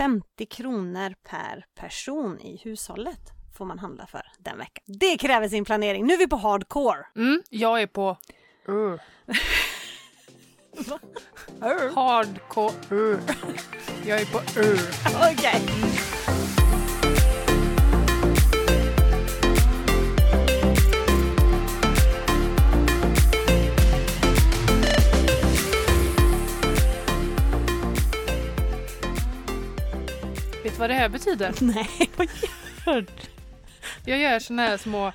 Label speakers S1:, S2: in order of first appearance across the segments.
S1: 50 kronor per person i hushållet får man handla för den veckan. Det kräver sin planering. Nu är vi på hardcore!
S2: Mm, jag är på
S1: Uh. Mm.
S2: hardcore. Uh. Jag är på uh.
S1: Okej.
S2: Vet du vad det här betyder?
S1: Nej, vad gör du?
S2: Jag gör såna här små,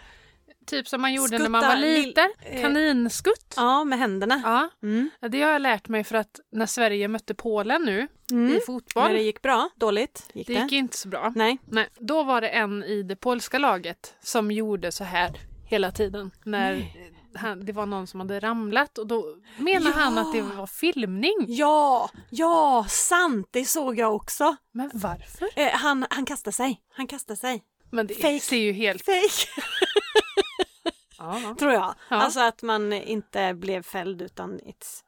S2: typ som man gjorde när man
S1: Skuttar,
S2: var
S1: lill-
S2: liten,
S1: eh.
S2: kaninskutt.
S1: Ja, med händerna.
S2: Ja.
S1: Mm.
S2: det har jag lärt mig för att när Sverige mötte Polen nu
S1: Mm.
S2: i
S1: Men
S2: fotboll,
S1: det
S2: det,
S1: gick bra? Dåligt? Gick det?
S2: gick inte så bra.
S1: Nej.
S2: Nej, då var det en i det polska laget som gjorde så här hela tiden när han, det var någon som hade ramlat och då menade
S1: Ja.
S2: han att det var filmning.
S1: Ja, ja, sant! Det såg jag också.
S2: Men varför?
S1: Eh, han, han kastade sig. Han kastade sig.
S2: Men det
S1: Fake.
S2: ser ju helt...
S1: Fake,
S2: Ja.
S1: tror jag.
S2: Ja.
S1: Alltså att man inte blev fälld utan it's,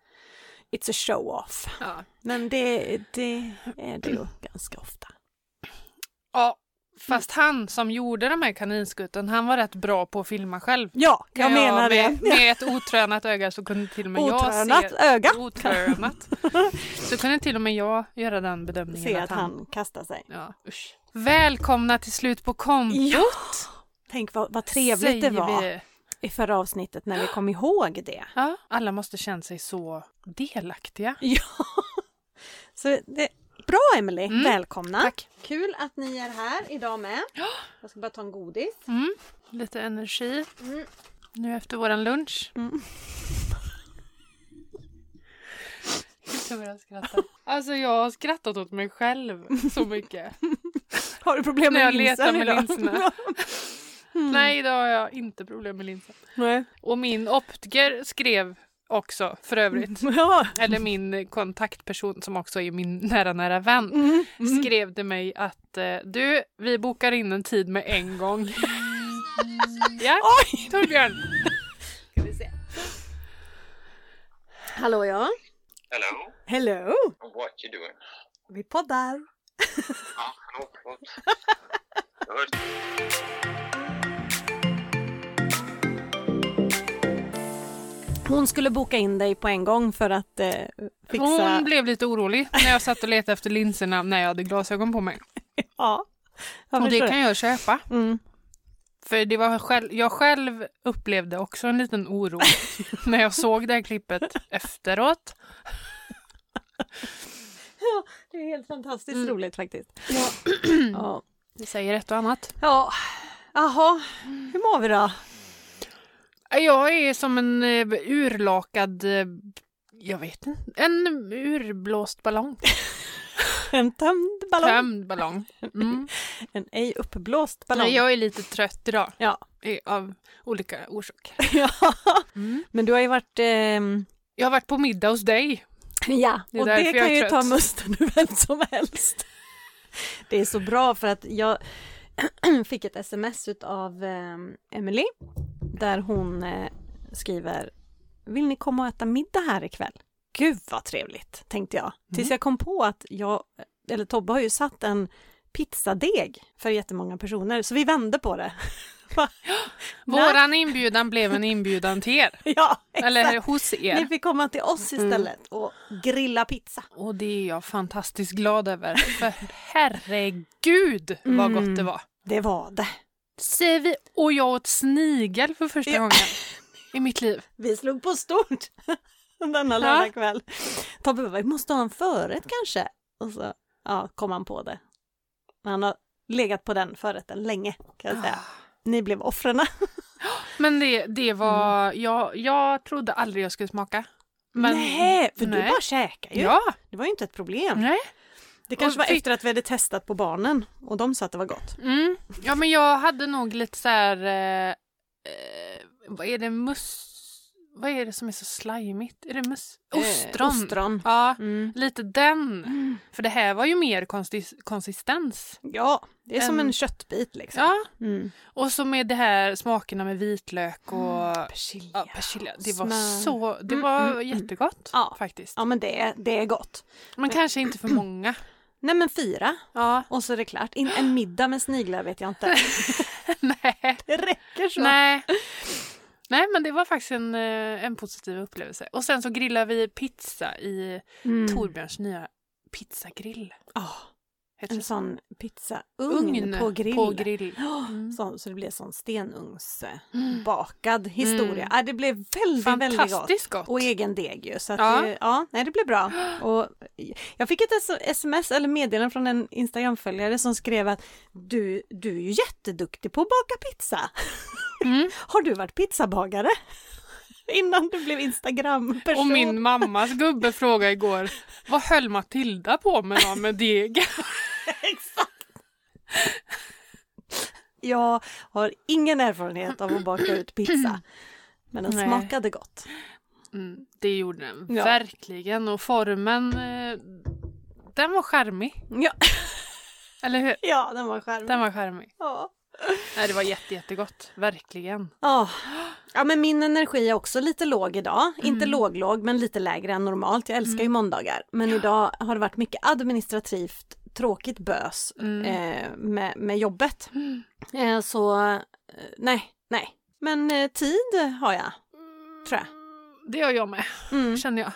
S1: it's a show-off.
S2: Ja.
S1: Men det, det är det ju ganska ofta.
S2: ja. Fast han som gjorde de här kaninskutten, han var rätt bra på att filma själv.
S1: Ja, jag menar
S2: med,
S1: det.
S2: Med ett otränat öga så kunde till och med jag
S1: Otränat
S2: se...
S1: öga
S2: Otränat. Så kunde till och med jag göra den bedömningen
S1: ser att han kastar sig.
S2: Ja, usch. Välkomna till slut på kontot.
S1: Ja, tänk vad, vad trevligt det
S2: säger
S1: var
S2: vi.
S1: i förra avsnittet när vi kom ihåg det.
S2: Ja, alla måste känna sig så delaktiga.
S1: Ja, så det, bra Emily,
S2: Mm.
S1: välkomna.
S2: Tack.
S1: Kul att ni är här idag med. Jag ska bara ta en godis.
S2: Mm. Lite energi nu efter våran lunch.
S1: Mm.
S2: Gud, jag börjar skratta. Alltså jag har skrattat åt mig själv så mycket.
S1: Har du problem
S2: När
S1: med
S2: jag
S1: linsen
S2: letar med
S1: idag?
S2: linserna. Nej, idag har jag inte problem med linsen.
S1: Nej.
S2: Och min optiker skrev också för övrigt.
S1: Ja.
S2: Eller min kontaktperson som också är min nära nära vän.
S1: Mm.
S2: skrev till mig att eh, du, vi bokar in en tid med en gång. ja,
S1: Oj!
S2: Torbjörn.
S1: Ska vi se. Hallå ja.
S3: Hello,
S1: Hello!
S3: what you doing?
S1: Vi poddar.
S3: Ja, hallå, förlåt. Jag hörs.
S1: Hon skulle boka in dig på en gång för att eh, fixa...
S2: Hon blev lite orolig när jag satt och letade efter linserna när jag hade glasögon på mig.
S1: Ja. Jag
S2: Och det
S1: förstår
S2: kan jag köpa.
S1: det. Mm.
S2: För det var själv, jag själv upplevde också en liten oro när jag såg det här klippet efteråt.
S1: Ja, det är helt fantastiskt roligt faktiskt. Mm. Ja. ja.
S2: Det säger ett och annat.
S1: Ja. Jaha, hur mår vi då?
S2: Jag är som en eh, urlakad, eh, jag vet inte, en urblåst ballong.
S1: En tömd ballong.
S2: Tömd ballong. Mm.
S1: En ej uppblåst ballong.
S2: Nej, jag är lite trött idag.
S1: Ja.
S2: I- Av olika orsaker.
S1: ja. Men du har ju varit... ehm,
S2: Jag har varit på middag hos dig.
S1: Ja,
S2: Det är
S1: och
S2: därför
S1: det
S2: jag
S1: kan
S2: är
S1: ju
S2: trött.
S1: ta musten ur vem som helst. Det är så bra för att jag fick ett sms av Emily där hon eh, skriver Vill ni komma och äta middag här ikväll? Gud vad trevligt, tänkte
S2: Mm.
S1: jag. Tills jag kom på att jag, eller Tobbe har ju satt en pizzadeg för jättemånga personer, så vi vände på det. Va?
S2: Våran inbjudan blev en inbjudan till er.
S1: ja, exakt.
S2: Eller hos
S1: Ni
S2: er. Mm.
S1: fick komma till oss istället och grilla pizza.
S2: Och det är jag fantastiskt glad över. För herregud vad
S1: Mm.
S2: gott det var.
S1: Det var det.
S2: Säger vi. Och jag åt snigel för första
S1: Ja.
S2: gången i mitt liv.
S1: Vi slog på stort denna lördagkväll. Tobbe bara, vi måste ha en förrätt kanske. Och så ja, kom han på det. Men han har legat på den förrätten länge kan jag säga.
S2: Ah.
S1: Ni blev offren.
S2: Men det, det var...
S1: Mm.
S2: Jag, jag trodde aldrig jag skulle smaka. Men,
S1: nej, för du
S2: nej.
S1: bara käkar ju.
S2: Ja,
S1: Det var ju inte ett problem.
S2: nej.
S1: Det kanske var
S2: Och fick-
S1: efter att vi hade testat på barnen och de sa att det var gott.
S2: Mm. Ja, men jag hade nog lite så här... Eh, eh, vad är det? Mus... Vad är det som är så slajmigt? Är det mus... Ostron.
S1: Eh, ostron.
S2: Ja,
S1: Mm.
S2: lite den. För det här var ju mer konstis- konsistens.
S1: Ja, det är som
S2: En-
S1: en köttbit liksom.
S2: Ja,
S1: Mm.
S2: och så med det här smakerna med vitlök och
S1: Mm. Persilja.
S2: ja, persilja. Det var
S1: Smör.
S2: så... Det
S1: Mm,
S2: var
S1: mm, mm.
S2: jättegott
S1: Ja. Mm.
S2: faktiskt.
S1: Ja, men det, är- det är gott.
S2: Men kanske inte för många.
S1: Nej men fyra
S2: Ja.
S1: och så är det klart. In, en middag med sniglar vet jag inte.
S2: Nej.
S1: Det räcker så.
S2: Nej. Nej, men det var faktiskt en, eh, en positiv upplevelse. Och sen så grillade vi pizza i
S1: Mm.
S2: Torbjörns nya pizzagrill.
S1: Ah,
S2: Heter
S1: en
S2: det så?
S1: sån pizzaugn på grill.
S2: På grill.
S1: Ah,
S2: Mm.
S1: Så, så det blev sån stenugnsbakad
S2: Mm.
S1: historia.
S2: Mm.
S1: Ah, det blev väldigt, väldigt gott.
S2: Fantastiskt gott.
S1: Och egen deg ju. Så att
S2: Ja.
S1: Det, ja, nej, det blev bra. Och jag fick ett s- sms eller meddelande från en Instagram-följare som skrev att du, du är ju jätteduktig på att baka pizza.
S2: Mm.
S1: Har du varit pizzabagare? Innan du blev Instagram-person.
S2: Och min mammas gubbe frågade igår, vad höll Matilda på med då med deg?
S1: Jag har ingen erfarenhet av att baka ut pizza. Men den
S2: Nej.
S1: smakade gott.
S2: Mm, det gjorde den
S1: Ja.
S2: verkligen och formen, eh, den var charmig.
S1: Ja,
S2: Eller hur?
S1: ja den var charmig.
S2: Den var charmig.
S1: Ja.
S2: Nej, det var jätte, jättegott, verkligen.
S1: Ja. ja, men min energi är också lite låg idag.
S2: Mm.
S1: Inte låg-låg, men lite lägre än normalt. Jag älskar ju måndagar. Men idag har det varit mycket administrativt tråkigt bös
S2: Mm.
S1: eh, med, med jobbet. Eh, så eh, nej, nej. Men eh, tid har jag,
S2: Mm.
S1: tror jag.
S2: Det gör jag med,
S1: Mm.
S2: känner jag.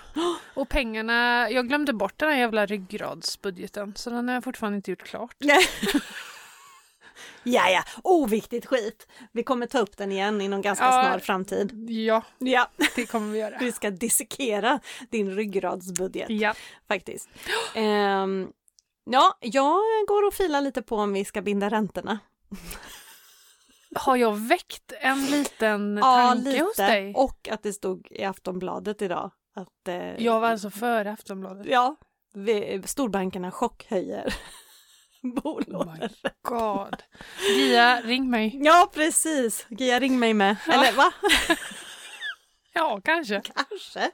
S2: Och pengarna, jag glömde bort den här jävla ryggradsbudgeten så den har jag fortfarande inte gjort klart.
S1: Ja, ja, oviktigt skit. Vi kommer ta upp den igen inom ganska
S2: Ja.
S1: snar framtid.
S2: Ja,
S1: Ja,
S2: det kommer vi göra.
S1: vi ska dissekera din ryggradsbudget.
S2: Ja.
S1: faktiskt. Ehm, ja, jag går och filar lite på om vi ska binda räntorna.
S2: Har jag väckt en liten tanke hos dig?
S1: Och att det stod i Aftonbladet idag att eh,
S2: Jag var alltså före Aftonbladet.
S1: ja, vi, storbankerna chockhöjer
S2: Oh
S1: bolån.
S2: my god. Gia, ring mig.
S1: Ja, precis. Gia, ring mig med. Eller va?
S2: Ja, kanske.
S1: Kanske.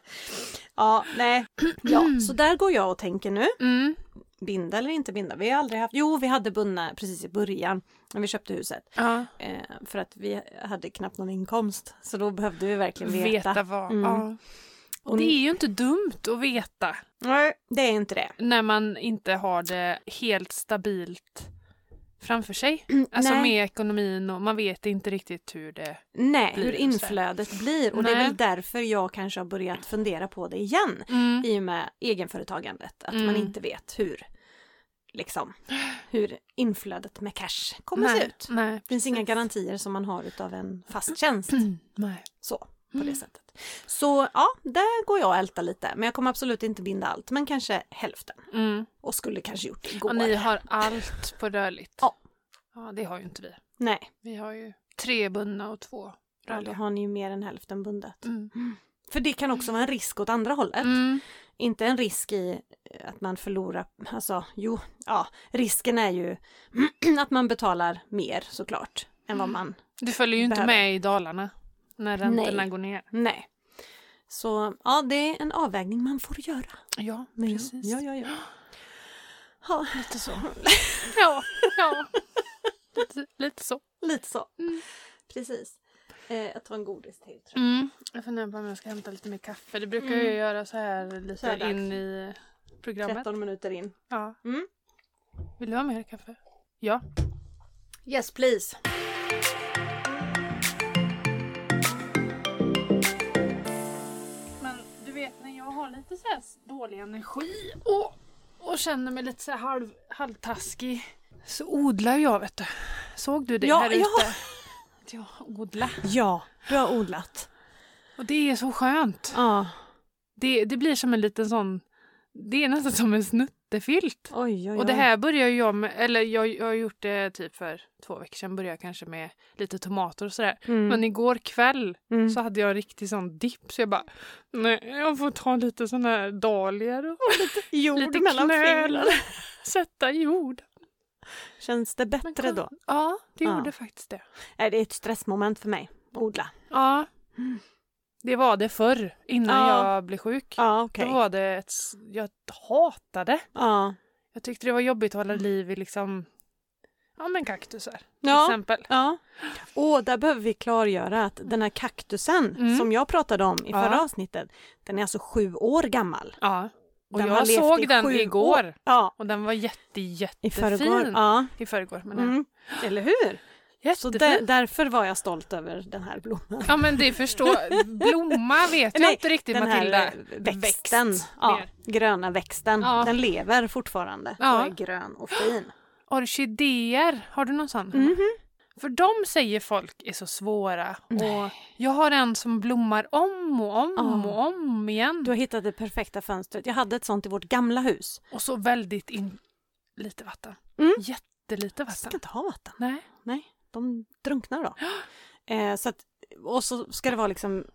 S1: Ja, nej. Ja, så där går jag och tänker nu.
S2: Mm.
S1: Binda eller inte binda? Vi har aldrig haft... Jo, vi hade bundna precis i början när vi köpte huset.
S2: Ja.
S1: Eh, för att vi hade knappt någon inkomst. Så då behövde vi verkligen veta.
S2: Veta vad.
S1: Mm.
S2: Ja.
S1: Och
S2: Och det är ju inte dumt att veta
S1: Nej, det är inte det.
S2: när man inte har det helt stabilt framför sig. Alltså
S1: nej.
S2: med ekonomin och man vet inte riktigt hur det...
S1: Nej,
S2: Blir
S1: hur
S2: det så här?
S1: inflödet blir. Och det är
S2: Nej.
S1: väl därför jag kanske har börjat fundera på det igen.
S2: Mm.
S1: I och med egenföretagandet. Att man
S2: Mm.
S1: inte vet hur, liksom, hur inflödet med cash kommer se
S2: Nej.
S1: ut.
S2: Nej.
S1: Det finns inga garantier som man har utav en fast tjänst.
S2: Mm. Nej.
S1: Så, på
S2: Mm.
S1: det sättet. Så ja, där går jag och ältar lite. Men jag kommer absolut inte binda allt, men kanske hälften.
S2: Mm.
S1: Och skulle kanske gjort det
S2: Och
S1: igår.
S2: ni har allt på rörligt.
S1: Ja.
S2: ja. Det har ju inte vi.
S1: Nej,
S2: Vi har ju tre bundna och två
S1: ja, då
S2: rörliga.
S1: har ni ju mer än hälften bundet.
S2: Mm.
S1: För det kan också vara en risk åt andra hållet.
S2: Mm.
S1: inte en risk i eh, att man förlorar, alltså jo, ja, risken är ju att man betalar mer såklart än
S2: Mm.
S1: vad man,
S2: Du följer ju inte
S1: Behöver.
S2: med i Dalarna när räntorna går ner.
S1: nej. Så ja, det är en avvägning man får göra.
S2: Ja,
S1: Men ja,
S2: precis.
S1: Ja, ja, ja. Ja,
S2: Lite så. ja, ja. Lite, lite så.
S1: lite så.
S2: Mm.
S1: Precis. Eh, jag tar en godis till tror jag.
S2: Mm. Jag funderar på om jag ska hämta lite mer kaffe. Det brukar jag
S1: Mm.
S2: ju göra så här lite
S1: Så här dags.
S2: in i programmet.
S1: 13 minuter in.
S2: Ja.
S1: Mm.
S2: Vill du ha mer kaffe? Ja.
S1: Yes please.
S2: Men du vet när jag har lite så här dålig energi och, och känner mig lite så här halv, halvtaskig så odlar jag vet du. Såg du det
S1: Ja,
S2: här
S1: ja.
S2: ute? Ja, odla.
S1: Ja, du har odlat.
S2: Och det är så skönt.
S1: Ja.
S2: Det, det blir som en liten sån, det är nästan som en snuttefilt.
S1: Oj, oj, oj.
S2: Och det här börjar ju jag med, eller jag, jag har gjort det typ för två veckor sedan, började jag kanske med lite tomater och sådär.
S1: Mm.
S2: Men igår kväll
S1: Mm.
S2: så hade jag en riktig sån dipp så jag bara, nej jag får ta lite sån här dahlior och
S1: Jord
S2: lite
S1: mellan
S2: knölar.
S1: fingrarna.
S2: Sätta i jord.
S1: Känns det bättre
S2: kan-
S1: då?
S2: Ja, det
S1: Ja.
S2: gjorde faktiskt det.
S1: Nej, det är ett stressmoment för mig. Odla.
S2: Ja. Mm. Det var det förr, innan
S1: Ja.
S2: jag blev sjuk.
S1: Ja, okej.
S2: Då var det ett, s- jag hatade.
S1: Ja.
S2: Jag tyckte det var jobbigt att hålla
S1: Mm.
S2: liv i liksom, ja men kaktusar till
S1: Ja.
S2: exempel.
S1: ja. Och där behöver vi klargöra att den här kaktusen
S2: Mm.
S1: som jag pratade om i
S2: Ja.
S1: förra avsnittet, den är alltså sju år gammal.
S2: Ja. Och
S1: Den har
S2: jag
S1: levt i
S2: såg den
S1: sju
S2: igår.
S1: Ja,
S2: Och den var jätte,
S1: i
S2: jättefin.
S1: förrgår. Ja.
S2: I förrgår men mm.
S1: Mm. Eller hur? Så
S2: Jättefin.
S1: där, därför var jag stolt över den här blomman.
S2: Ja men det förstår Blomma vet jag
S1: Nej,
S2: inte riktigt
S1: den här
S2: Matilda.
S1: eh, växten,
S2: Växt
S1: ja,
S2: mer.
S1: gröna växten,
S2: Ja.
S1: den lever fortfarande
S2: Ja.
S1: och är grön och fin.
S2: Orkidéer, har du någon sån?
S1: Mhm.
S2: För de säger folk är så svåra.
S1: Mm.
S2: Och jag har en som blommar om och om
S1: Ja.
S2: och om igen.
S1: Du har hittat det perfekta fönstret. Jag hade ett sånt i vårt gamla hus.
S2: Och så väldigt in... lite vatten.
S1: Mm.
S2: Jättelite
S1: Jag ska
S2: vatten.
S1: inte ha vatten.
S2: Nej.
S1: De drunknar då. Eh, så att, och så ska det vara liksom,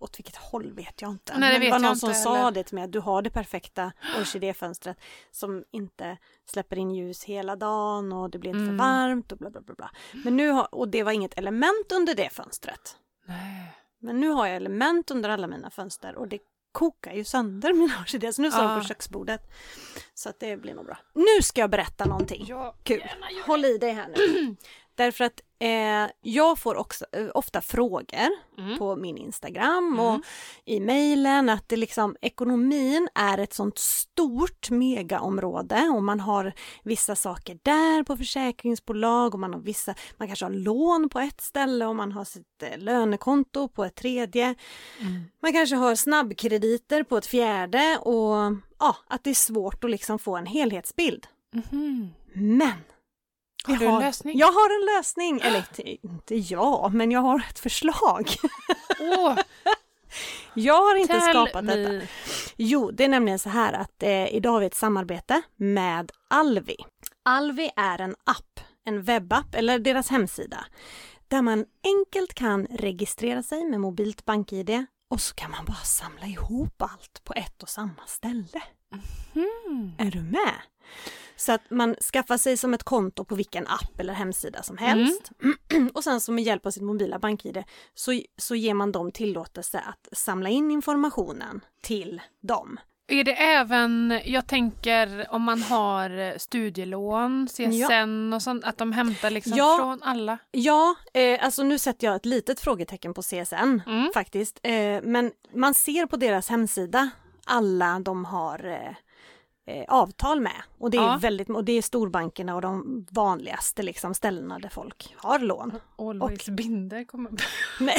S1: åt vilket håll vet jag inte.
S2: Nej, det
S1: Men
S2: vet
S1: var
S2: jag
S1: någon
S2: inte
S1: som sa
S2: heller.
S1: det till mig, att du har det perfekta orkidéfönstret som inte släpper in ljus hela dagen och det blir inte
S2: Mm.
S1: för varmt och bla bla bla. bla. Men nu har, och det var inget element under det fönstret.
S2: Nej.
S1: Men nu har jag element under alla mina fönster och det kokar ju sönder mina orkidéer. Så nu står de
S2: Ja.
S1: på köksbordet. Så att det blir nog bra. Nu ska jag berätta någonting
S2: Ja.
S1: kul. Håll i dig här nu. Därför att eh, jag får också, eh, ofta frågor
S2: Mm.
S1: på min Instagram och
S2: Mm.
S1: i mejlen att det liksom, ekonomin är ett sånt stort megaområde och man har vissa saker där på försäkringsbolag och man har vissa, man kanske har lån på ett ställe och man har sitt eh, lönekonto på ett tredje.
S2: Mm.
S1: Man kanske har snabbkrediter på ett fjärde och ja, att det är svårt att liksom få en helhetsbild.
S2: Mhm.
S1: Men
S2: Har
S1: vi
S2: du en lösning?
S1: Jag har en lösning, eller inte- inte jag, men jag har ett förslag.
S2: Åh,
S1: Jag har inte
S2: tell
S1: skapat
S2: me.
S1: detta. Jo, det är nämligen så här att eh, idag har vi ett samarbete med Alvi. Alvi är en app, en webbapp eller deras hemsida där man enkelt kan registrera sig med mobilt bank-id och så kan man bara samla ihop allt på ett och samma ställe.
S2: Mm.
S1: Är du med? Så att man skaffar sig som ett konto på vilken app eller hemsida som
S2: Mm.
S1: helst. Och sen så med hjälp av sitt mobila bank-id så, så ger man dem tillåtelse att samla in informationen till dem.
S2: Är det även, jag tänker om man har eh, studielån, CSN och sånt, att de hämtar liksom
S1: Ja.
S2: från alla?
S1: Ja, eh, alltså nu sätter jag ett litet frågetecken på CSN
S2: Mm.
S1: faktiskt. Eh, men man ser på deras hemsida alla de har eh, eh, avtal med. Och det är,
S2: Ja.
S1: väldigt, och det är storbankerna och de vanligaste liksom, ställena där folk har lån.
S2: Always binder kommer upp.
S1: Nej.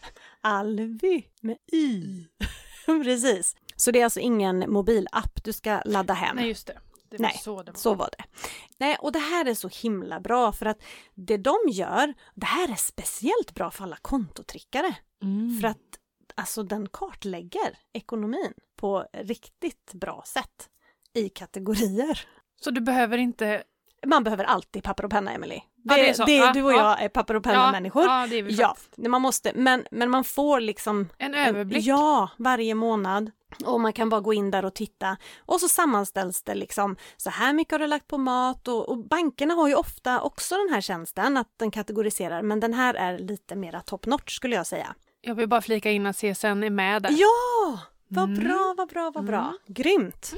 S1: Alvi med Y. Precis. Så det är alltså ingen mobilapp du ska ladda hem.
S2: Nej just det. Det var
S1: Nej,
S2: så det var.
S1: Så var det. Nej, och det här är så himla bra för att det de gör, det här är speciellt bra för alla kontotrickare.
S2: Mm.
S1: För att alltså den kartlägger ekonomin på riktigt bra sätt i kategorier.
S2: Så du behöver inte...
S1: Man behöver alltid papper och penna, Emily.
S2: Ja, det är så. Ja,
S1: du och
S2: ja.
S1: jag är papper och penna-människor.
S2: Ja, det är väl
S1: Ja,
S2: sant.
S1: nej, man måste, men, men man får liksom
S2: En
S1: en-
S2: överblick.
S1: Ja, varje månad. Och man kan bara gå in där och titta. Och så sammanställs det liksom, så här mycket har du lagt på mat och, och bankerna har ju ofta också den här tjänsten att den kategoriserar, men den här är lite mera top notch skulle jag säga.
S2: Jag vill bara flika in att CSN är med där.
S1: Ja, vad
S2: Mm.
S1: bra, vad bra, vad bra.
S2: Mm.
S1: Grymt!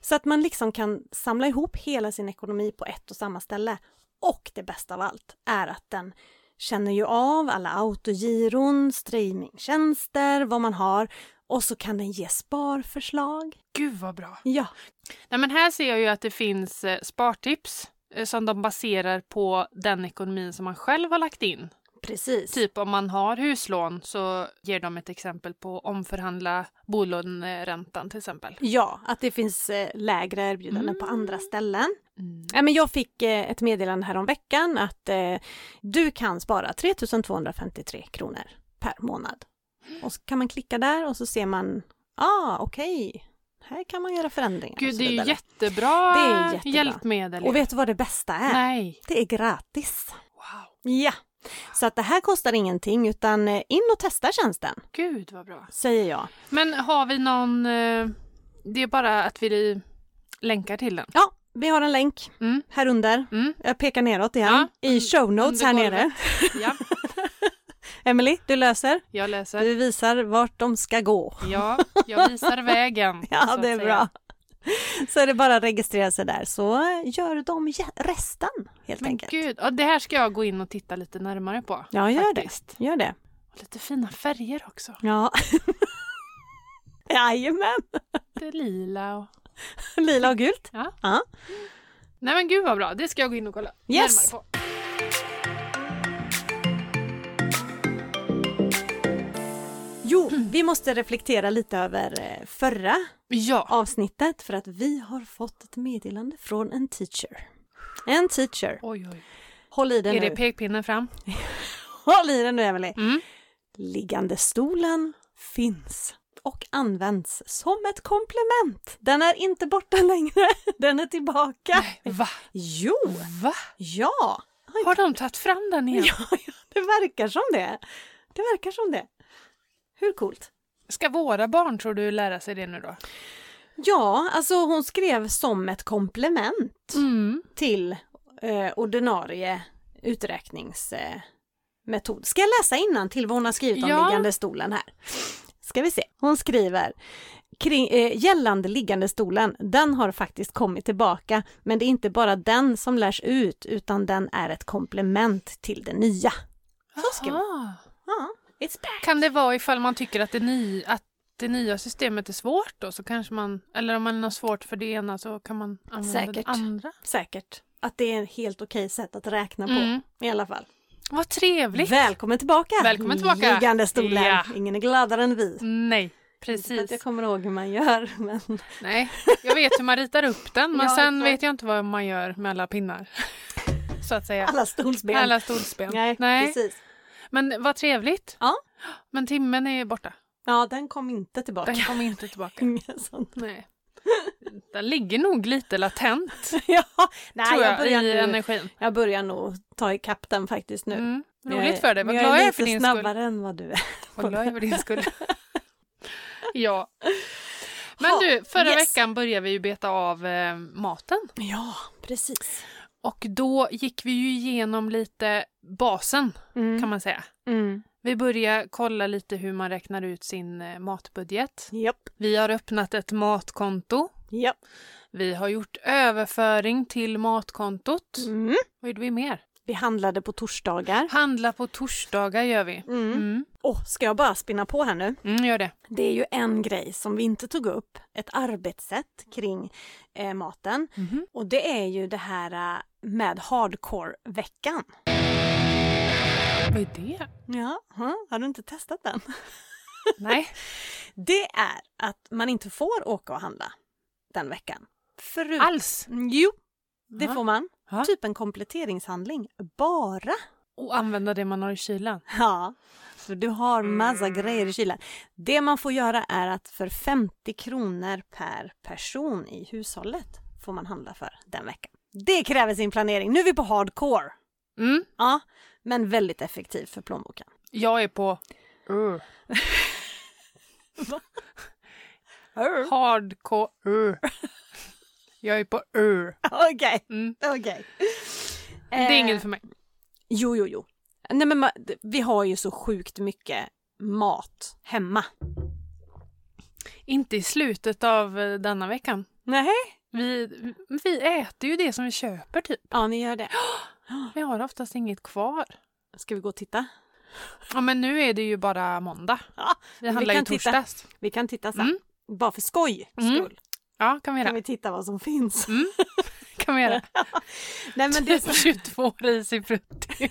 S1: Så att man liksom kan samla ihop hela sin ekonomi på ett och samma ställe. Och det bästa av allt är att den känner ju av alla autogiron, streamingtjänster, vad man har och så kan den ge sparförslag.
S2: Gud vad bra.
S1: Ja,
S2: Nej, men här ser jag ju att det finns eh, spartips eh, som de baserar på den ekonomin som man själv har lagt in.
S1: precis.
S2: Typ om man har huslån så ger de ett exempel på omförhandla bolåneräntan till exempel.
S1: Ja, att det finns eh, lägre erbjudanden på
S2: Mm.
S1: andra ställen. Ja, men jag fick eh, ett meddelande häromveckan att eh, du kan spara 3253 kronor per månad. Och så kan man klicka där och så ser man, ah okej, här kan man göra förändringar. och
S2: Gud,
S1: så
S2: det är ju
S1: vidare.
S2: jättebra,
S1: Det är jättebra.
S2: hjälpmedel. ju.
S1: och vet Äh. du vad det bästa är?
S2: Nej.
S1: Det är gratis.
S2: Wow.
S1: Ja, så att det här kostar ingenting utan eh, in och testa tjänsten,
S2: Gud vad bra.
S1: säger jag.
S2: Men har vi någon... eh, Det är bara att vi länkar till den.
S1: Ja, vi har en länk
S2: Mm.
S1: här under.
S2: Mm.
S1: Jag pekar neråt igen i show notes här
S2: under
S1: nere.
S2: Ja,
S1: Emily, du löser.
S2: jag läser.
S1: Du visar vart de ska gå.
S2: Ja, jag visar vägen. så
S1: Ja,
S2: att
S1: det är
S2: säga.
S1: bra. Så är det bara att registrera sig där så gör de jä- resten helt
S2: Men
S1: enkelt.
S2: gud, ja, det här ska jag gå in och titta lite närmare på.
S1: ja, gör
S2: faktiskt.
S1: det. Gör det.
S2: Och lite fina färger också.
S1: Ja. Jajamän!
S2: Det är lila och...
S1: Lila och gult.
S2: Ja.
S1: Ja.
S2: Nej men gud vad bra, det ska jag gå in och kolla
S1: Yes.
S2: närmare på.
S1: Jo, vi måste reflektera lite över eh, förra
S2: Ja.
S1: avsnittet för att vi har fått ett meddelande från en teacher. En teacher.
S2: Oj, oj.
S1: Håll i den
S2: Är
S1: nu.
S2: det pekpinnen fram?
S1: Håll i den nu, Emily.
S2: Mm.
S1: Liggande stolen finns och används som ett komplement. Den är inte borta längre. Den är tillbaka.
S2: Va?
S1: Jo,
S2: Va?
S1: ja,
S2: Har de tagit fram den igen?
S1: ja, ja, det verkar som det. Det verkar som det. Hur coolt?
S2: Ska våra barn, tror du, lära sig det nu då?
S1: Ja, alltså hon skrev som ett komplement
S2: Mm.
S1: till eh, ordinarie uträkningsmetod. Eh, metod. Ska jag läsa innan till vad hon har skrivit om
S2: Ja.
S1: liggande stolen här? Ska vi se. Hon skriver kring, eh, gällande liggande stolen, den har faktiskt kommit tillbaka, men det är inte bara den som lärs ut, utan den är ett komplement till det nya. Så ska vi.
S2: Ah.
S1: Ja, it's back.
S2: Kan det vara ifall man tycker att det, ny, att det nya systemet är svårt då? Så kanske man, eller om man har svårt för det ena så kan man använda
S1: Säkert.
S2: det andra.
S1: Säkert att det är ett helt okej sätt att räkna på
S2: Mm.
S1: i alla fall.
S2: Vad trevligt!
S1: Välkommen tillbaka!
S2: Välkommen tillbaka.
S1: Liggande stolen!
S2: Ja.
S1: Ingen är gladare än vi.
S2: Nej,
S1: Inte för att
S2: precis.
S1: Jag kommer ihåg hur man gör, men
S2: Nej, jag vet hur man ritar upp den men
S1: Ja,
S2: sen
S1: exakt.
S2: vet jag inte vad man gör med alla pinnar. Så att säga.
S1: alla stolsben.
S2: Alla stolsben.
S1: Nej,
S2: Nej.
S1: precis.
S2: Men vad trevligt.
S1: Ja.
S2: Men timmen är ju borta.
S1: Ja, den kom inte tillbaka.
S2: Den kommer inte tillbaka.
S1: Ingen sån.
S2: Nej. Den ligger nog lite latent,
S1: ja, nej,
S2: tror
S1: jag,
S2: jag,
S1: börjar
S2: i
S1: nu,
S2: energin.
S1: jag börjar nog ta ikapp den faktiskt nu.
S2: Mm.
S1: Men jag
S2: Roligt
S1: är-
S2: för dig. Vad
S1: men
S2: glad jag är
S1: lite
S2: för din
S1: snabbare
S2: skull.
S1: än vad du är.
S2: Vad glad jag är för din skull. ja.
S1: Ha,
S2: Men du, förra
S1: yes.
S2: veckan började vi ju beta av eh, maten.
S1: Ja, precis.
S2: Och då gick vi ju igenom lite basen,
S1: Mm.
S2: kan man säga.
S1: Mm.
S2: Vi börjar kolla lite hur man räknar ut sin eh, matbudget.
S1: Japp,
S2: Vi har öppnat ett matkonto.
S1: japp.
S2: Vi har gjort överföring till matkontot.
S1: Mm.
S2: Vad gjorde vi mer?
S1: Vi handlade på torsdagar.
S2: Handla på torsdagar gör vi.
S1: Mm.
S2: Mm.
S1: Åh, ska jag bara spinna på här nu?
S2: Mm, gör det.
S1: Det är ju en grej som vi inte tog upp, ett arbetssätt kring eh, maten.
S2: Mhm.
S1: Och det är ju det här eh, med hardcore-veckan.
S2: Vad är det?
S1: Ja, ha, har du inte testat den?
S2: Nej.
S1: Det är att man inte får åka och handla den veckan. Förut...
S2: Alls.
S1: Jo, det får man.
S2: Ja.
S1: Typ en kompletteringshandling. Bara.
S2: Och använda det man har i kylen.
S1: Ja, Mm. så du har massa grejer i kylen. Det man får göra är att för 50 kronor per person i hushållet får man handla för den veckan. Det kräver sin planering. Nu är vi på hardcore.
S2: Mm.
S1: Ja, men väldigt effektiv för plånboken.
S2: Jag är på
S1: Mm. Mm.
S2: hardcore. Ur. Jag är på ur.
S1: Okej,
S2: Mm.
S1: okej. Eh,
S2: Det är inget för mig.
S1: Jo, jo, jo. Nej, men ma- vi har ju så sjukt mycket mat hemma.
S2: Inte i slutet av eh, denna veckan.
S1: Nej.
S2: Vi, vi äter ju det som vi köper typ.
S1: Ja, ni gör det.
S2: Vi har oftast inget kvar.
S1: Ska vi gå och titta?
S2: Ja men nu är det ju bara måndag.
S1: Ja,
S2: Vi handlar
S1: kan
S2: ju
S1: titta.
S2: torsdags.
S1: Vi kan titta sen.
S2: Mm.
S1: Bara för skoj skull.
S2: Mm. Ja kan
S1: Kan
S2: vi göra.
S1: vi titta vad som finns?
S2: Kan vi göra.
S1: Nej men det
S2: Typ 22 år is i frutti.